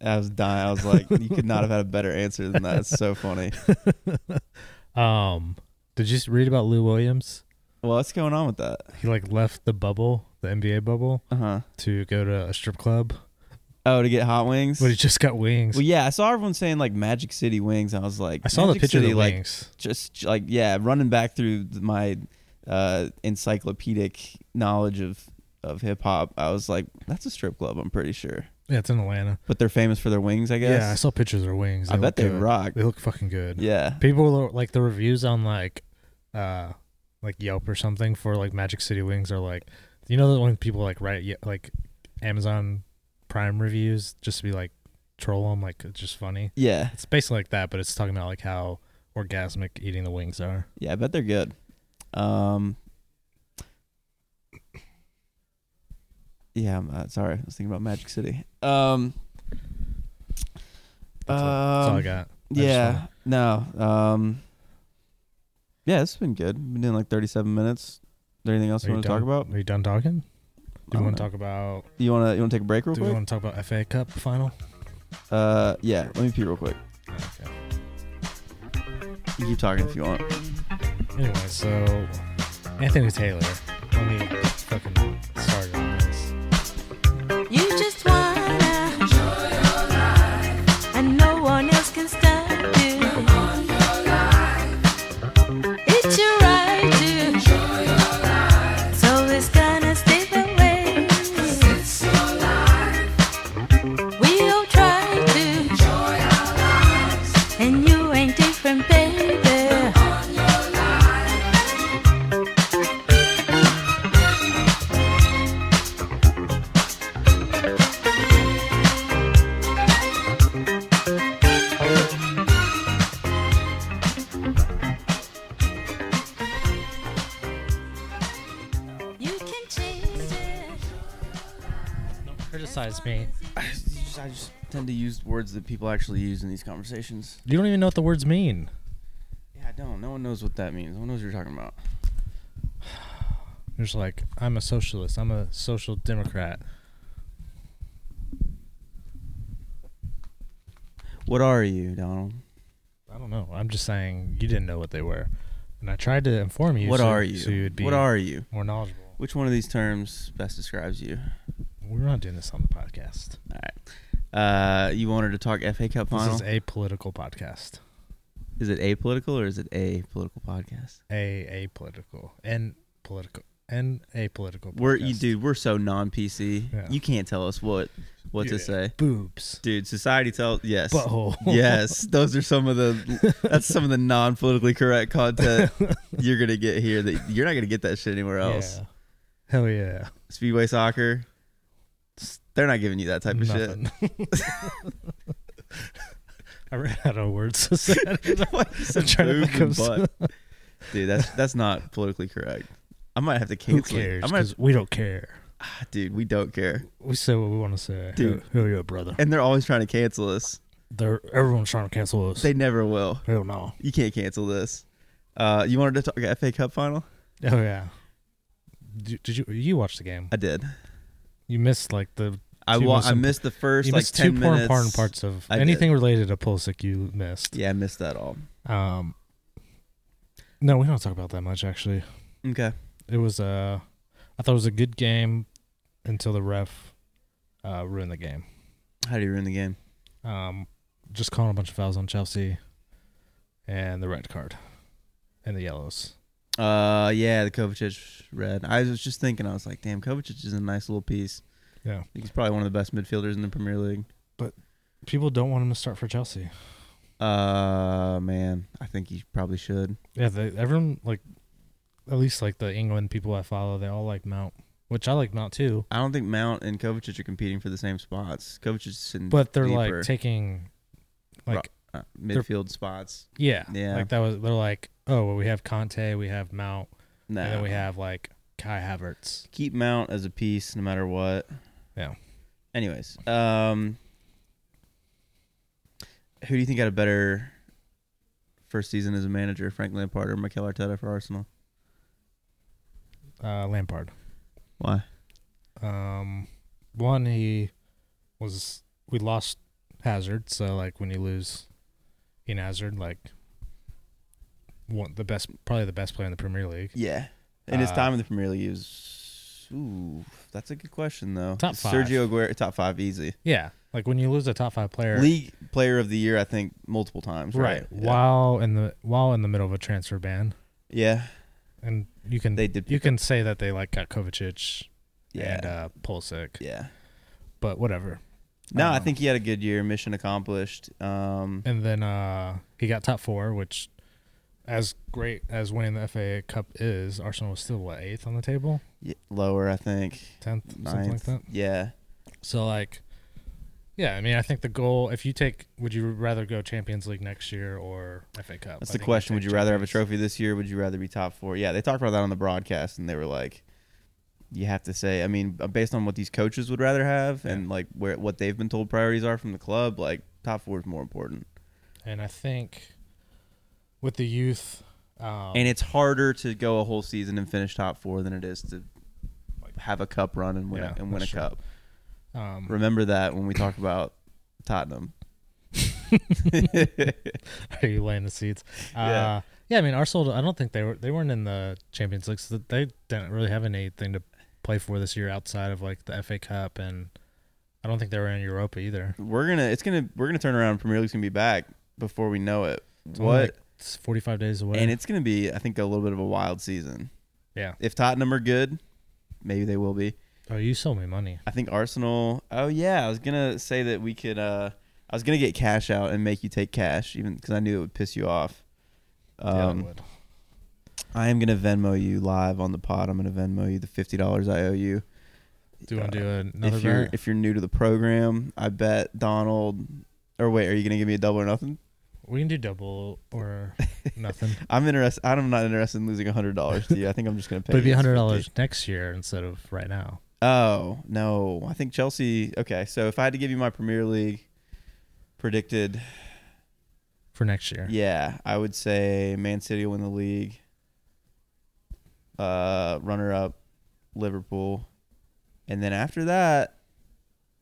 Speaker 1: I was dying. I was like, you could not have had a better answer than that. It's so funny.
Speaker 2: um did you s- read about Lou Williams?
Speaker 1: Well, what's going on with that?
Speaker 2: He like left the bubble, the NBA bubble,
Speaker 1: Uh huh.
Speaker 2: to go to a strip club,
Speaker 1: Oh, to get hot wings.
Speaker 2: but he just got wings.
Speaker 1: Well, yeah, I saw everyone saying like Magic City wings. I was like,
Speaker 2: I saw the
Speaker 1: Magic
Speaker 2: picture
Speaker 1: City,
Speaker 2: of the
Speaker 1: like
Speaker 2: wings.
Speaker 1: just like yeah, running back through my uh, encyclopedic knowledge of of hip hop, I was like, that's a strip club, I'm pretty sure.
Speaker 2: Yeah, it's in Atlanta.
Speaker 1: But they're famous for their wings, I
Speaker 2: Yeah, I
Speaker 1: guess.
Speaker 2: saw pictures of their wings.
Speaker 1: I bet
Speaker 2: look
Speaker 1: they
Speaker 2: good.
Speaker 1: rock.
Speaker 2: They look fucking good.
Speaker 1: Yeah,
Speaker 2: People are, like the reviews on like uh like Yelp or something for like Magic City Wings are like you know that when people like write Ye- like Amazon Prime reviews just to be like troll them like it's just funny.
Speaker 1: yeah,
Speaker 2: It's basically like that, but it's talking about like how orgasmic eating the wings are.
Speaker 1: yeah. I bet they're good. Um, yeah, I'm uh, sorry, I was thinking about Magic City. Um,
Speaker 2: That's, all, that's all I
Speaker 1: Um,
Speaker 2: got. I just
Speaker 1: Yeah.
Speaker 2: wanna-
Speaker 1: No. Um. Yeah, it's been good. We've been doing like 37 minutes. Is there anything else
Speaker 2: Are
Speaker 1: you want to talk
Speaker 2: done-
Speaker 1: about?
Speaker 2: Are you done talking?
Speaker 1: I
Speaker 2: Do
Speaker 1: don't
Speaker 2: you want to
Speaker 1: know.
Speaker 2: talk about?
Speaker 1: You want to you want to take a break real
Speaker 2: Do we
Speaker 1: quick?
Speaker 2: want to talk about FA Cup final?
Speaker 1: uh, yeah. Let me pee real quick.
Speaker 2: Okay.
Speaker 1: You keep talking if you want.
Speaker 2: Anyway, so Anthony Taylor. Let me get fucking started on this.
Speaker 3: You just wanna enjoy your life, and no one else can stop you. It's your right to enjoy your life, so it's gonna stay that way. It's your life. We all try to enjoy our lives, and you ain't different, baby. You can change it.
Speaker 2: Criticize me.
Speaker 1: I just, I just tend to use words that people actually use in these conversations.
Speaker 2: You don't even know what the words mean.
Speaker 1: Yeah, I don't. No one knows what that means. No one knows what you're talking about.
Speaker 2: You're just like, I'm a socialist. I'm a social democrat.
Speaker 1: What are you, Donald?
Speaker 2: I don't know. I'm just saying you didn't know what they were, and I tried to inform you.
Speaker 1: what
Speaker 2: so,
Speaker 1: are you?
Speaker 2: So you would be
Speaker 1: what are you?
Speaker 2: more knowledgeable.
Speaker 1: Which one of these terms best describes you?
Speaker 2: We're not doing this on the podcast.
Speaker 1: All right. Uh, you wanted to talk FA Cup final.
Speaker 2: This is a political podcast.
Speaker 1: is it apolitical or is it a political podcast?
Speaker 2: A apolitical and political and apolitical. Podcast.
Speaker 1: We're you, dude. We're so non PC.
Speaker 2: Yeah.
Speaker 1: You can't tell us what what
Speaker 2: Yeah.
Speaker 1: to say,
Speaker 2: Boobs.
Speaker 1: dude. Society tells yes,
Speaker 2: Butthole.
Speaker 1: yes. Those are some of the that's some of the non politically correct content you're gonna get here. That you're not gonna get that shit anywhere else.
Speaker 2: Yeah. Hell yeah.
Speaker 1: Speedway soccer, they're not giving you that type of shit.
Speaker 2: I ran out of words to say.
Speaker 1: Why you said
Speaker 2: trying to
Speaker 1: boobs
Speaker 2: think
Speaker 1: and
Speaker 2: of some-
Speaker 1: butt? dude. That's that's not politically correct. I might have to
Speaker 2: Who
Speaker 1: cancel. it.
Speaker 2: cares?
Speaker 1: I might,
Speaker 2: Because we don't care.
Speaker 1: dude. We don't care,
Speaker 2: We say what we want to say.
Speaker 1: Dude.
Speaker 2: Who, who are you, brother?
Speaker 1: and they're always trying to cancel us.
Speaker 2: they're everyone's trying to cancel us.
Speaker 1: They never will.
Speaker 2: I don't know.
Speaker 1: You can't cancel this. Uh, you wanted to talk about FA Cup final?
Speaker 2: Oh yeah. Did, did you you watched the game?
Speaker 1: I did.
Speaker 2: You missed like the
Speaker 1: I
Speaker 2: You
Speaker 1: wa-
Speaker 2: missed
Speaker 1: I
Speaker 2: some-
Speaker 1: missed the first
Speaker 2: you
Speaker 1: like
Speaker 2: missed two
Speaker 1: ten
Speaker 2: important
Speaker 1: minutes.
Speaker 2: important parts of
Speaker 1: I did.
Speaker 2: anything related to Pulisic. You missed.
Speaker 1: Yeah, I missed that all.
Speaker 2: Um. No, we don't talk about that much actually.
Speaker 1: Okay.
Speaker 2: It was uh, I thought it was a good game until the ref uh, ruined the game.
Speaker 1: How do you ruin the game?
Speaker 2: Um, just calling a bunch of fouls on Chelsea and the red card and the yellows.
Speaker 1: Uh, yeah, the Kovacic red. I was just thinking. I was like, damn, Kovacic is a nice little piece.
Speaker 2: Yeah.
Speaker 1: I think he's probably one of the best midfielders in the Premier League.
Speaker 2: People don't want him to start for Chelsea.
Speaker 1: Uh, man, I think he probably should.
Speaker 2: Yeah, they, everyone like, at least like the England people I follow, they all like Mount, which I like Mount too.
Speaker 1: I don't think Mount and Kovacic are competing for the same spots. Kovacic is sitting,
Speaker 2: But they're
Speaker 1: deeper,
Speaker 2: like taking, like
Speaker 1: uh, midfield spots.
Speaker 2: yeah,
Speaker 1: Yeah.
Speaker 2: like that was they're like oh well we have Conte, we have Mount,
Speaker 1: No,
Speaker 2: and then we have like Kai Havertz.
Speaker 1: keep Mount as a piece no matter what.
Speaker 2: Yeah.
Speaker 1: Anyways, um, who do you think had a better first season as a manager, Frank Lampard or Mikel Arteta for Arsenal?
Speaker 2: uh, Lampard.
Speaker 1: Why?
Speaker 2: Um, one he was we lost Hazard, so like when you lose in Hazard, like one the best probably the best player in the Premier League.
Speaker 1: Yeah, and his
Speaker 2: Uh,
Speaker 1: time in the Premier League he was. Ooh, that's a good question though.
Speaker 2: Top five.
Speaker 1: Sergio Aguero, top five, easy.
Speaker 2: Yeah, like when you lose a top five player,
Speaker 1: League Player of the Year, I think, multiple times. Right.
Speaker 2: right?
Speaker 1: Yeah.
Speaker 2: While in the while in the middle of a transfer ban,
Speaker 1: Yeah.
Speaker 2: and you can
Speaker 1: They did
Speaker 2: you
Speaker 1: pick
Speaker 2: can say that they like got Kovacic
Speaker 1: Yeah.
Speaker 2: and uh, Pulisic,
Speaker 1: yeah.
Speaker 2: but whatever.
Speaker 1: No, I
Speaker 2: Um,
Speaker 1: think he had a good year. Mission accomplished. Um,
Speaker 2: and then uh, he got top four, which, as great as winning the FA Cup is, Arsenal was still what eighth on the table,
Speaker 1: y- lower, I think.
Speaker 2: tenth, something like
Speaker 1: Ninth.
Speaker 2: that.
Speaker 1: Yeah.
Speaker 2: So like, yeah, I mean, I think the goal. If you take, would you rather go Champions League next year or FA Cup?
Speaker 1: That's
Speaker 2: I
Speaker 1: the
Speaker 2: think
Speaker 1: question. Would
Speaker 2: take
Speaker 1: you rather have a
Speaker 2: Champions.
Speaker 1: trophy this year? Would you rather be top four? Yeah, they talked about that on the broadcast, and they were like, "You have to say." I mean, uh, based on what these coaches would rather have, and like where what they've been told priorities are from the club, like top four is more important.
Speaker 2: And I think with the youth, um,
Speaker 1: And it's harder to go a whole season and finish top four than it is to have a cup run and win
Speaker 2: Yeah,
Speaker 1: a, and win a
Speaker 2: that's true.
Speaker 1: cup.
Speaker 2: um,
Speaker 1: Remember that when we talk about Tottenham.
Speaker 2: Are you laying the seeds? Uh,
Speaker 1: Yeah.
Speaker 2: yeah. I mean, Arsenal. I don't think they were. They weren't in the Champions League. So they didn't really have anything to play for this year outside of like the FA Cup, and I don't think they were in Europa either.
Speaker 1: We're gonna it's gonna we're gonna turn around. Premier League's gonna be back before we know it.
Speaker 2: It's only,
Speaker 1: What?
Speaker 2: like, it's forty-five days away.
Speaker 1: and it's gonna be I think a little bit of a wild season.
Speaker 2: yeah.
Speaker 1: If Tottenham are good, maybe they will be.
Speaker 2: Oh, you sold me money.
Speaker 1: I think Arsenal. Oh yeah, I was gonna say that we could. uh I was gonna get cash out and make you take cash, even because I knew it would piss you off.
Speaker 2: yeah, I
Speaker 1: Um,
Speaker 2: would.
Speaker 1: I am gonna Venmo you live on the pod. I'm gonna Venmo you the fifty dollars I owe you. Uh,
Speaker 2: Do you want to do another?
Speaker 1: If you're
Speaker 2: bet?
Speaker 1: if you're new to the program, I bet Donald. Or wait, are you gonna give me a double or nothing?
Speaker 2: we can do double or nothing.
Speaker 1: I'm interested. I'm not interested in losing hundred dollars to you. I think I'm just gonna pay.
Speaker 2: but it'd be
Speaker 1: you
Speaker 2: hundred
Speaker 1: 50.
Speaker 2: dollars next year instead of right now.
Speaker 1: Oh no, I think Chelsea. Okay, so if I had to give you my Premier League predicted,
Speaker 2: For next year.
Speaker 1: yeah, I would say Man City will win the league. Uh, runner up, Liverpool, and then after that,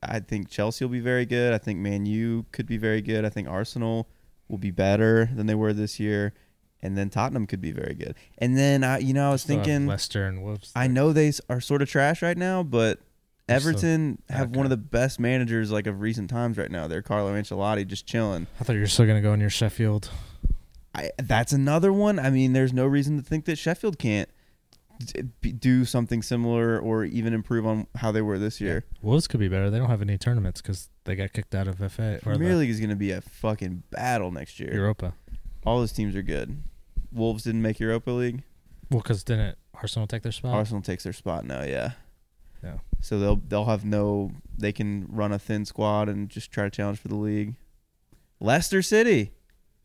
Speaker 1: I think Chelsea will be very good. I think Man U could be very good. I think Arsenal will be better than they were this year, and then Tottenham could be very good. And then I, you know, I was
Speaker 2: Still have
Speaker 1: thinking.
Speaker 2: uh, Leicester and Wolves.
Speaker 1: I know they s- are sort of trash right now, but
Speaker 2: They're still-
Speaker 1: Everton have one of
Speaker 2: okay.
Speaker 1: the best managers like of recent times right now. They're Carlo Ancelotti just chilling.
Speaker 2: I thought you were still gonna go in your Sheffield.
Speaker 1: I, that's another one. I mean, there's no reason to think that Sheffield can't d- be- do something similar or even improve on how they were this year.
Speaker 2: Wolves could be better. They don't have any tournaments because they got kicked out of FA or
Speaker 1: Premier
Speaker 2: the
Speaker 1: League is going to be a fucking battle next year.
Speaker 2: Europa.
Speaker 1: All those teams are good. Wolves didn't make Europa League.
Speaker 2: Well, because didn't Arsenal take their spot?
Speaker 1: Arsenal takes their spot now. Yeah.
Speaker 2: Yeah.
Speaker 1: So they'll they'll have no. They can run a thin squad and just try to challenge for the league. Leicester City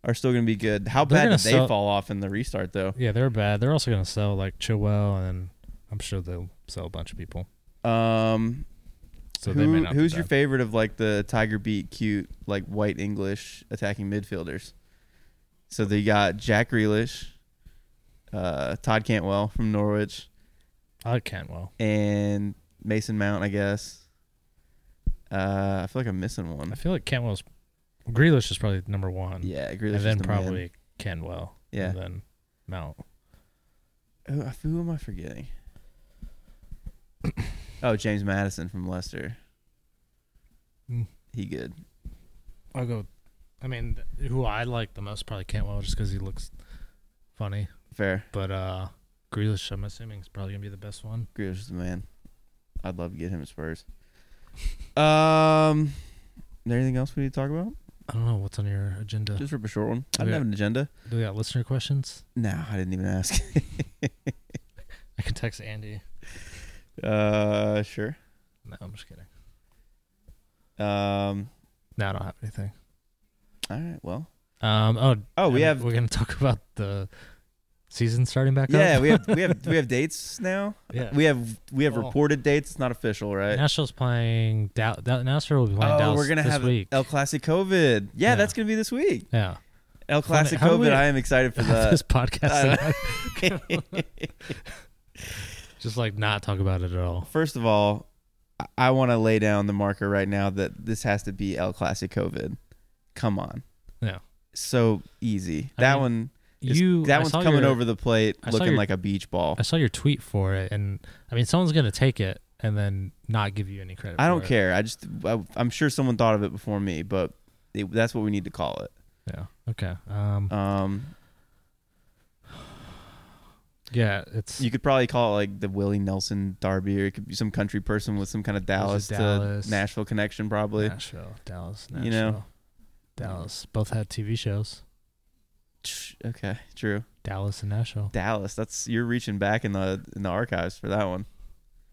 Speaker 1: are still going to be good. How
Speaker 2: They're
Speaker 1: bad
Speaker 2: gonna
Speaker 1: did they
Speaker 2: sell-
Speaker 1: fall off in the restart though?
Speaker 2: Yeah, they're bad. They're also gonna sell like Chilwell, and I'm sure they'll sell a bunch of people.
Speaker 1: Um,
Speaker 2: so they may
Speaker 1: Who,
Speaker 2: not. be
Speaker 1: who's your
Speaker 2: bad.
Speaker 1: favorite of like the Tiger beat cute like white English attacking midfielders? So they got Jack Grealish, uh, Todd Cantwell from Norwich,
Speaker 2: I can't. Well,
Speaker 1: and Mason Mount, I guess. Uh, I feel like I'm missing
Speaker 2: I
Speaker 1: one.
Speaker 2: feel like Cantwell's Grealish is probably number one.
Speaker 1: Yeah, Grealish.
Speaker 2: and
Speaker 1: is
Speaker 2: then
Speaker 1: the man.
Speaker 2: probably Cantwell.
Speaker 1: Yeah.
Speaker 2: and then Mount.
Speaker 1: Who, who am I forgetting? oh, James Madison from Leicester.
Speaker 2: Mm.
Speaker 1: He good.
Speaker 2: I'll go. I mean, th- who I like the most probably Cantwell just because he looks funny.
Speaker 1: Fair.
Speaker 2: But uh Grealish, I'm assuming, is probably gonna be the best one.
Speaker 1: Grealish is the man. I'd love to get him at Spurs. Um, is there anything else we need to talk about?
Speaker 2: I don't know what's on your agenda.
Speaker 1: Just rip a short one. I
Speaker 2: Yeah.
Speaker 1: didn't have an agenda.
Speaker 2: Do we got listener questions?
Speaker 1: No, I didn't even ask.
Speaker 2: I can text Andy.
Speaker 1: uh, sure.
Speaker 2: No, I'm just kidding.
Speaker 1: Um,
Speaker 2: No, I don't have anything.
Speaker 1: all right. Well.
Speaker 2: Um. Oh.
Speaker 1: Oh, we
Speaker 2: and
Speaker 1: have.
Speaker 2: We're gonna talk about the season starting back
Speaker 1: Yeah,
Speaker 2: up.
Speaker 1: we have we have we have dates now.
Speaker 2: yeah.
Speaker 1: We have we have
Speaker 2: Oh.
Speaker 1: reported dates. It's not official, right?
Speaker 2: Nashville's playing. Dal- Dal- Nashville will be playing
Speaker 1: oh,
Speaker 2: Dallas
Speaker 1: we're gonna
Speaker 2: this
Speaker 1: have
Speaker 2: week.
Speaker 1: El Clasic COVID. Yeah,
Speaker 2: Yeah.
Speaker 1: that's gonna be this week.
Speaker 2: yeah.
Speaker 1: El
Speaker 2: Funny,
Speaker 1: Clasic
Speaker 2: how do
Speaker 1: COVID.
Speaker 2: we-
Speaker 1: I am excited for Uh,
Speaker 2: this
Speaker 1: that.
Speaker 2: podcast.
Speaker 1: I
Speaker 2: just like not talk about it at all.
Speaker 1: First of all, I- I want to lay down the marker right now that this has to be El Clasic COVID. Come on.
Speaker 2: Yeah.
Speaker 1: So easy.
Speaker 2: I
Speaker 1: that
Speaker 2: mean,
Speaker 1: one. is-
Speaker 2: You.
Speaker 1: that
Speaker 2: I
Speaker 1: one's
Speaker 2: saw
Speaker 1: coming
Speaker 2: your-
Speaker 1: over the plate,
Speaker 2: I saw
Speaker 1: looking
Speaker 2: your-
Speaker 1: like a beach ball.
Speaker 2: I saw your tweet for it, and I mean, someone's gonna take it and then not give you any credit.
Speaker 1: I don't
Speaker 2: for it.
Speaker 1: care. I just. I, I'm sure someone thought of it before me, but it, that's what we need to call it.
Speaker 2: Yeah. Okay. Um.
Speaker 1: Um,
Speaker 2: yeah. It's
Speaker 1: you could probably call it like the Willie Nelson Derby, or it could be some country person with some kind of Dallas,
Speaker 2: Dallas.
Speaker 1: to Nashville connection, probably.
Speaker 2: Nashville, Dallas, Nashville,
Speaker 1: You know.
Speaker 2: Dallas. Both had TV shows.
Speaker 1: Tch, Okay, true.
Speaker 2: Dallas and Nashville.
Speaker 1: Dallas. That's you're reaching back in the in the archives for that one.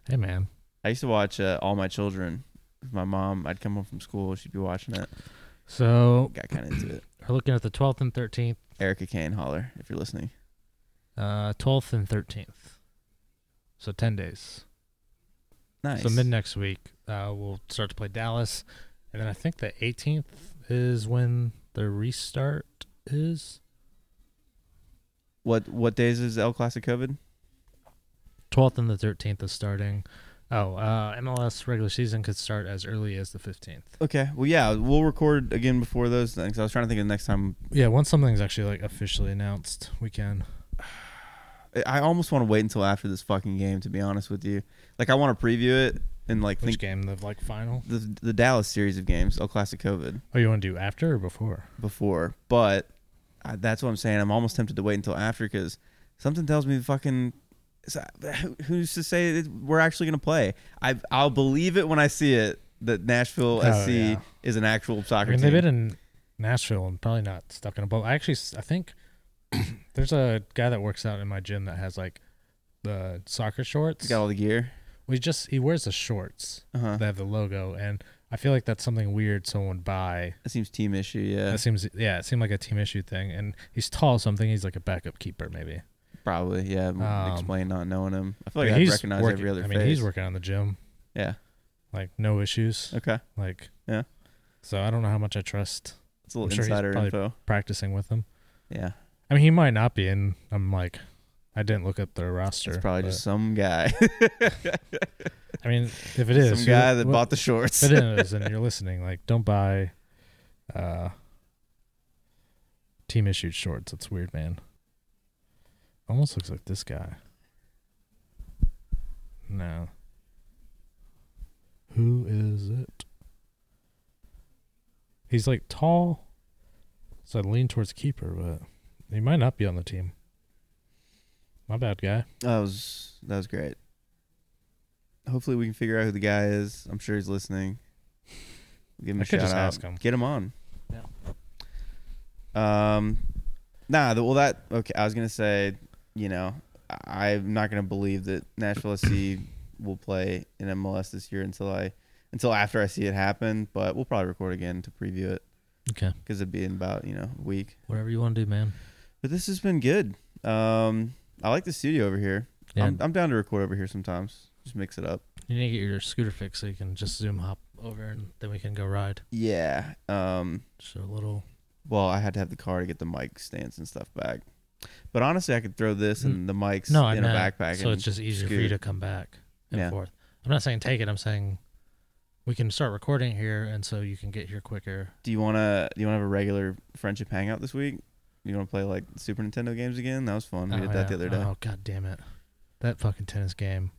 Speaker 2: Hey man,
Speaker 1: I used to watch uh, All My Children. With My mom, I'd come home from school, she'd be watching it.
Speaker 2: so
Speaker 1: Got kind of into it.
Speaker 2: we're looking at the 12th and 13th,
Speaker 1: Erica Kane, holler if you're listening.
Speaker 2: uh, 12th and 13th. So 10 days.
Speaker 1: Nice.
Speaker 2: So mid next week, uh, we'll start to play Dallas, and then I think the 18th is when the restart is.
Speaker 1: what what days is El Classic COVID?
Speaker 2: 12th and the 13th is starting. Oh, uh, MLS regular season could start as early as the 15th.
Speaker 1: Okay. Well, yeah, we'll record again before those things. I was trying to think of the next time.
Speaker 2: Yeah, once something's actually like officially announced, we can.
Speaker 1: I- I almost want to wait until after this fucking game. To be honest with you, like I want to preview it and like
Speaker 2: Which
Speaker 1: think
Speaker 2: game? The like final?
Speaker 1: the the Dallas series of games, El Classic COVID.
Speaker 2: Oh, you want to do after or before?
Speaker 1: before, but I, that's what I'm saying. I'm almost tempted to wait until after because something tells me fucking. it's- who- Who's to say that we're actually gonna play? I I'll believe it when I see it that Nashville
Speaker 2: Oh,
Speaker 1: SC
Speaker 2: yeah.
Speaker 1: is an actual
Speaker 2: I
Speaker 1: soccer
Speaker 2: mean, they've
Speaker 1: team.
Speaker 2: been in Nashville and probably not stuck in a bubble. I actually, s- I think there's a guy that works out in my gym that has like the soccer shorts.
Speaker 1: It's got all the gear.
Speaker 2: We just he wears the shorts
Speaker 1: Uh huh.
Speaker 2: that have the logo, and I feel like that's something weird someone would buy.
Speaker 1: That seems team issue. Yeah,
Speaker 2: That seems yeah, it seemed like a team issue thing. And he's tall, something. He's like a backup keeper, maybe.
Speaker 1: probably. Yeah,
Speaker 2: Um,
Speaker 1: explain not knowing him. I feel like
Speaker 2: But
Speaker 1: I
Speaker 2: he's
Speaker 1: recognize
Speaker 2: working,
Speaker 1: every other
Speaker 2: I mean,
Speaker 1: face.
Speaker 2: he's working on the gym,
Speaker 1: yeah.
Speaker 2: like no issues,
Speaker 1: Okay.
Speaker 2: like
Speaker 1: Yeah.
Speaker 2: So I don't know how much I trust
Speaker 1: It's a little
Speaker 2: I'm sure he's
Speaker 1: insider
Speaker 2: probably-
Speaker 1: info.
Speaker 2: practicing with him.
Speaker 1: Yeah.
Speaker 2: I mean, he might not be, and I'm like, I didn't look at their roster.
Speaker 1: It's probably
Speaker 2: but-
Speaker 1: just some guy.
Speaker 2: I mean, if it is
Speaker 1: some
Speaker 2: who-
Speaker 1: guy that
Speaker 2: what-
Speaker 1: bought the shorts.
Speaker 2: if it is, and you're listening, like, don't buy, uh, team issued shorts. It's weird, man. Almost looks like this guy. No. Who is it? He's like tall, so I lean towards keeper, but he might not be on the team. My bad, guy.
Speaker 1: That was that was great. Hopefully we can figure out who the guy is. I'm sure he's listening. Give him
Speaker 2: I
Speaker 1: a
Speaker 2: could
Speaker 1: shout
Speaker 2: just
Speaker 1: out.
Speaker 2: ask him.
Speaker 1: Get him on.
Speaker 2: Yeah.
Speaker 1: Um nah, the, well that okay, I was going to say, you know, I- I'm not going to believe that Nashville SC will play in MLS this year until I until after I see it happen, but we'll probably record again to preview it
Speaker 2: Okay.
Speaker 1: cuz it'd be in about, you know, a week.
Speaker 2: Whatever you want to do, man.
Speaker 1: But this has been good. Um I like the studio over here.
Speaker 2: Yeah.
Speaker 1: I'm, I'm down to record over here sometimes. Just mix it up.
Speaker 2: You need to get your scooter fixed so you can just zoom hop over and then we can go ride.
Speaker 1: Yeah. Um.
Speaker 2: Just a little.
Speaker 1: Well, I had to have the car to get the mic stands and stuff back. But honestly, I could throw this and the mics
Speaker 2: Mm. No, I
Speaker 1: in a
Speaker 2: meant,
Speaker 1: backpack.
Speaker 2: So
Speaker 1: and
Speaker 2: it's just easier for you
Speaker 1: scoot.
Speaker 2: to come back and
Speaker 1: Yeah.
Speaker 2: forth. I'm not saying take it. I'm saying we can start recording here, and so you can get here quicker.
Speaker 1: Do you wanna do you wanna have a regular friendship hangout this week? You wanna play like Super Nintendo games again? That was fun. We
Speaker 2: Oh,
Speaker 1: did that
Speaker 2: yeah.
Speaker 1: the other day.
Speaker 2: Oh god damn it! That fucking tennis game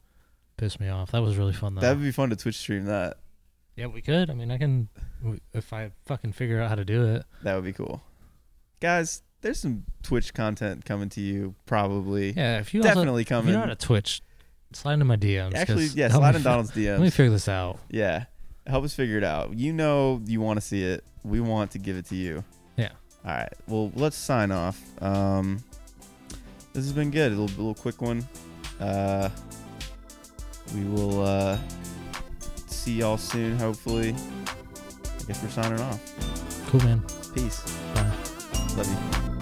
Speaker 2: pissed me off. That was really fun though.
Speaker 1: That would be fun to Twitch stream. That
Speaker 2: yeah, we could. I mean, I can we- if I fucking figure out how to do it.
Speaker 1: that would be cool. Guys, there's some Twitch content coming to you probably.
Speaker 2: Yeah, if you also,
Speaker 1: Definitely
Speaker 2: if
Speaker 1: coming.
Speaker 2: you're not a Twitch, slide into my DMs. 'cause
Speaker 1: Actually, yeah,
Speaker 2: help me
Speaker 1: slide in
Speaker 2: fi-
Speaker 1: Donald's
Speaker 2: Let me
Speaker 1: DMs.
Speaker 2: figure this out.
Speaker 1: Yeah. Help us figure it out. You know you want to see it. We want to give it to you.
Speaker 2: Yeah.
Speaker 1: All right. Well, let's sign off. Um, this has been good. A little, little quick one. Uh, we will uh, see y'all soon, hopefully. I guess we're signing off.
Speaker 2: Cool, man.
Speaker 1: Peace.
Speaker 2: Bye.
Speaker 1: Love you.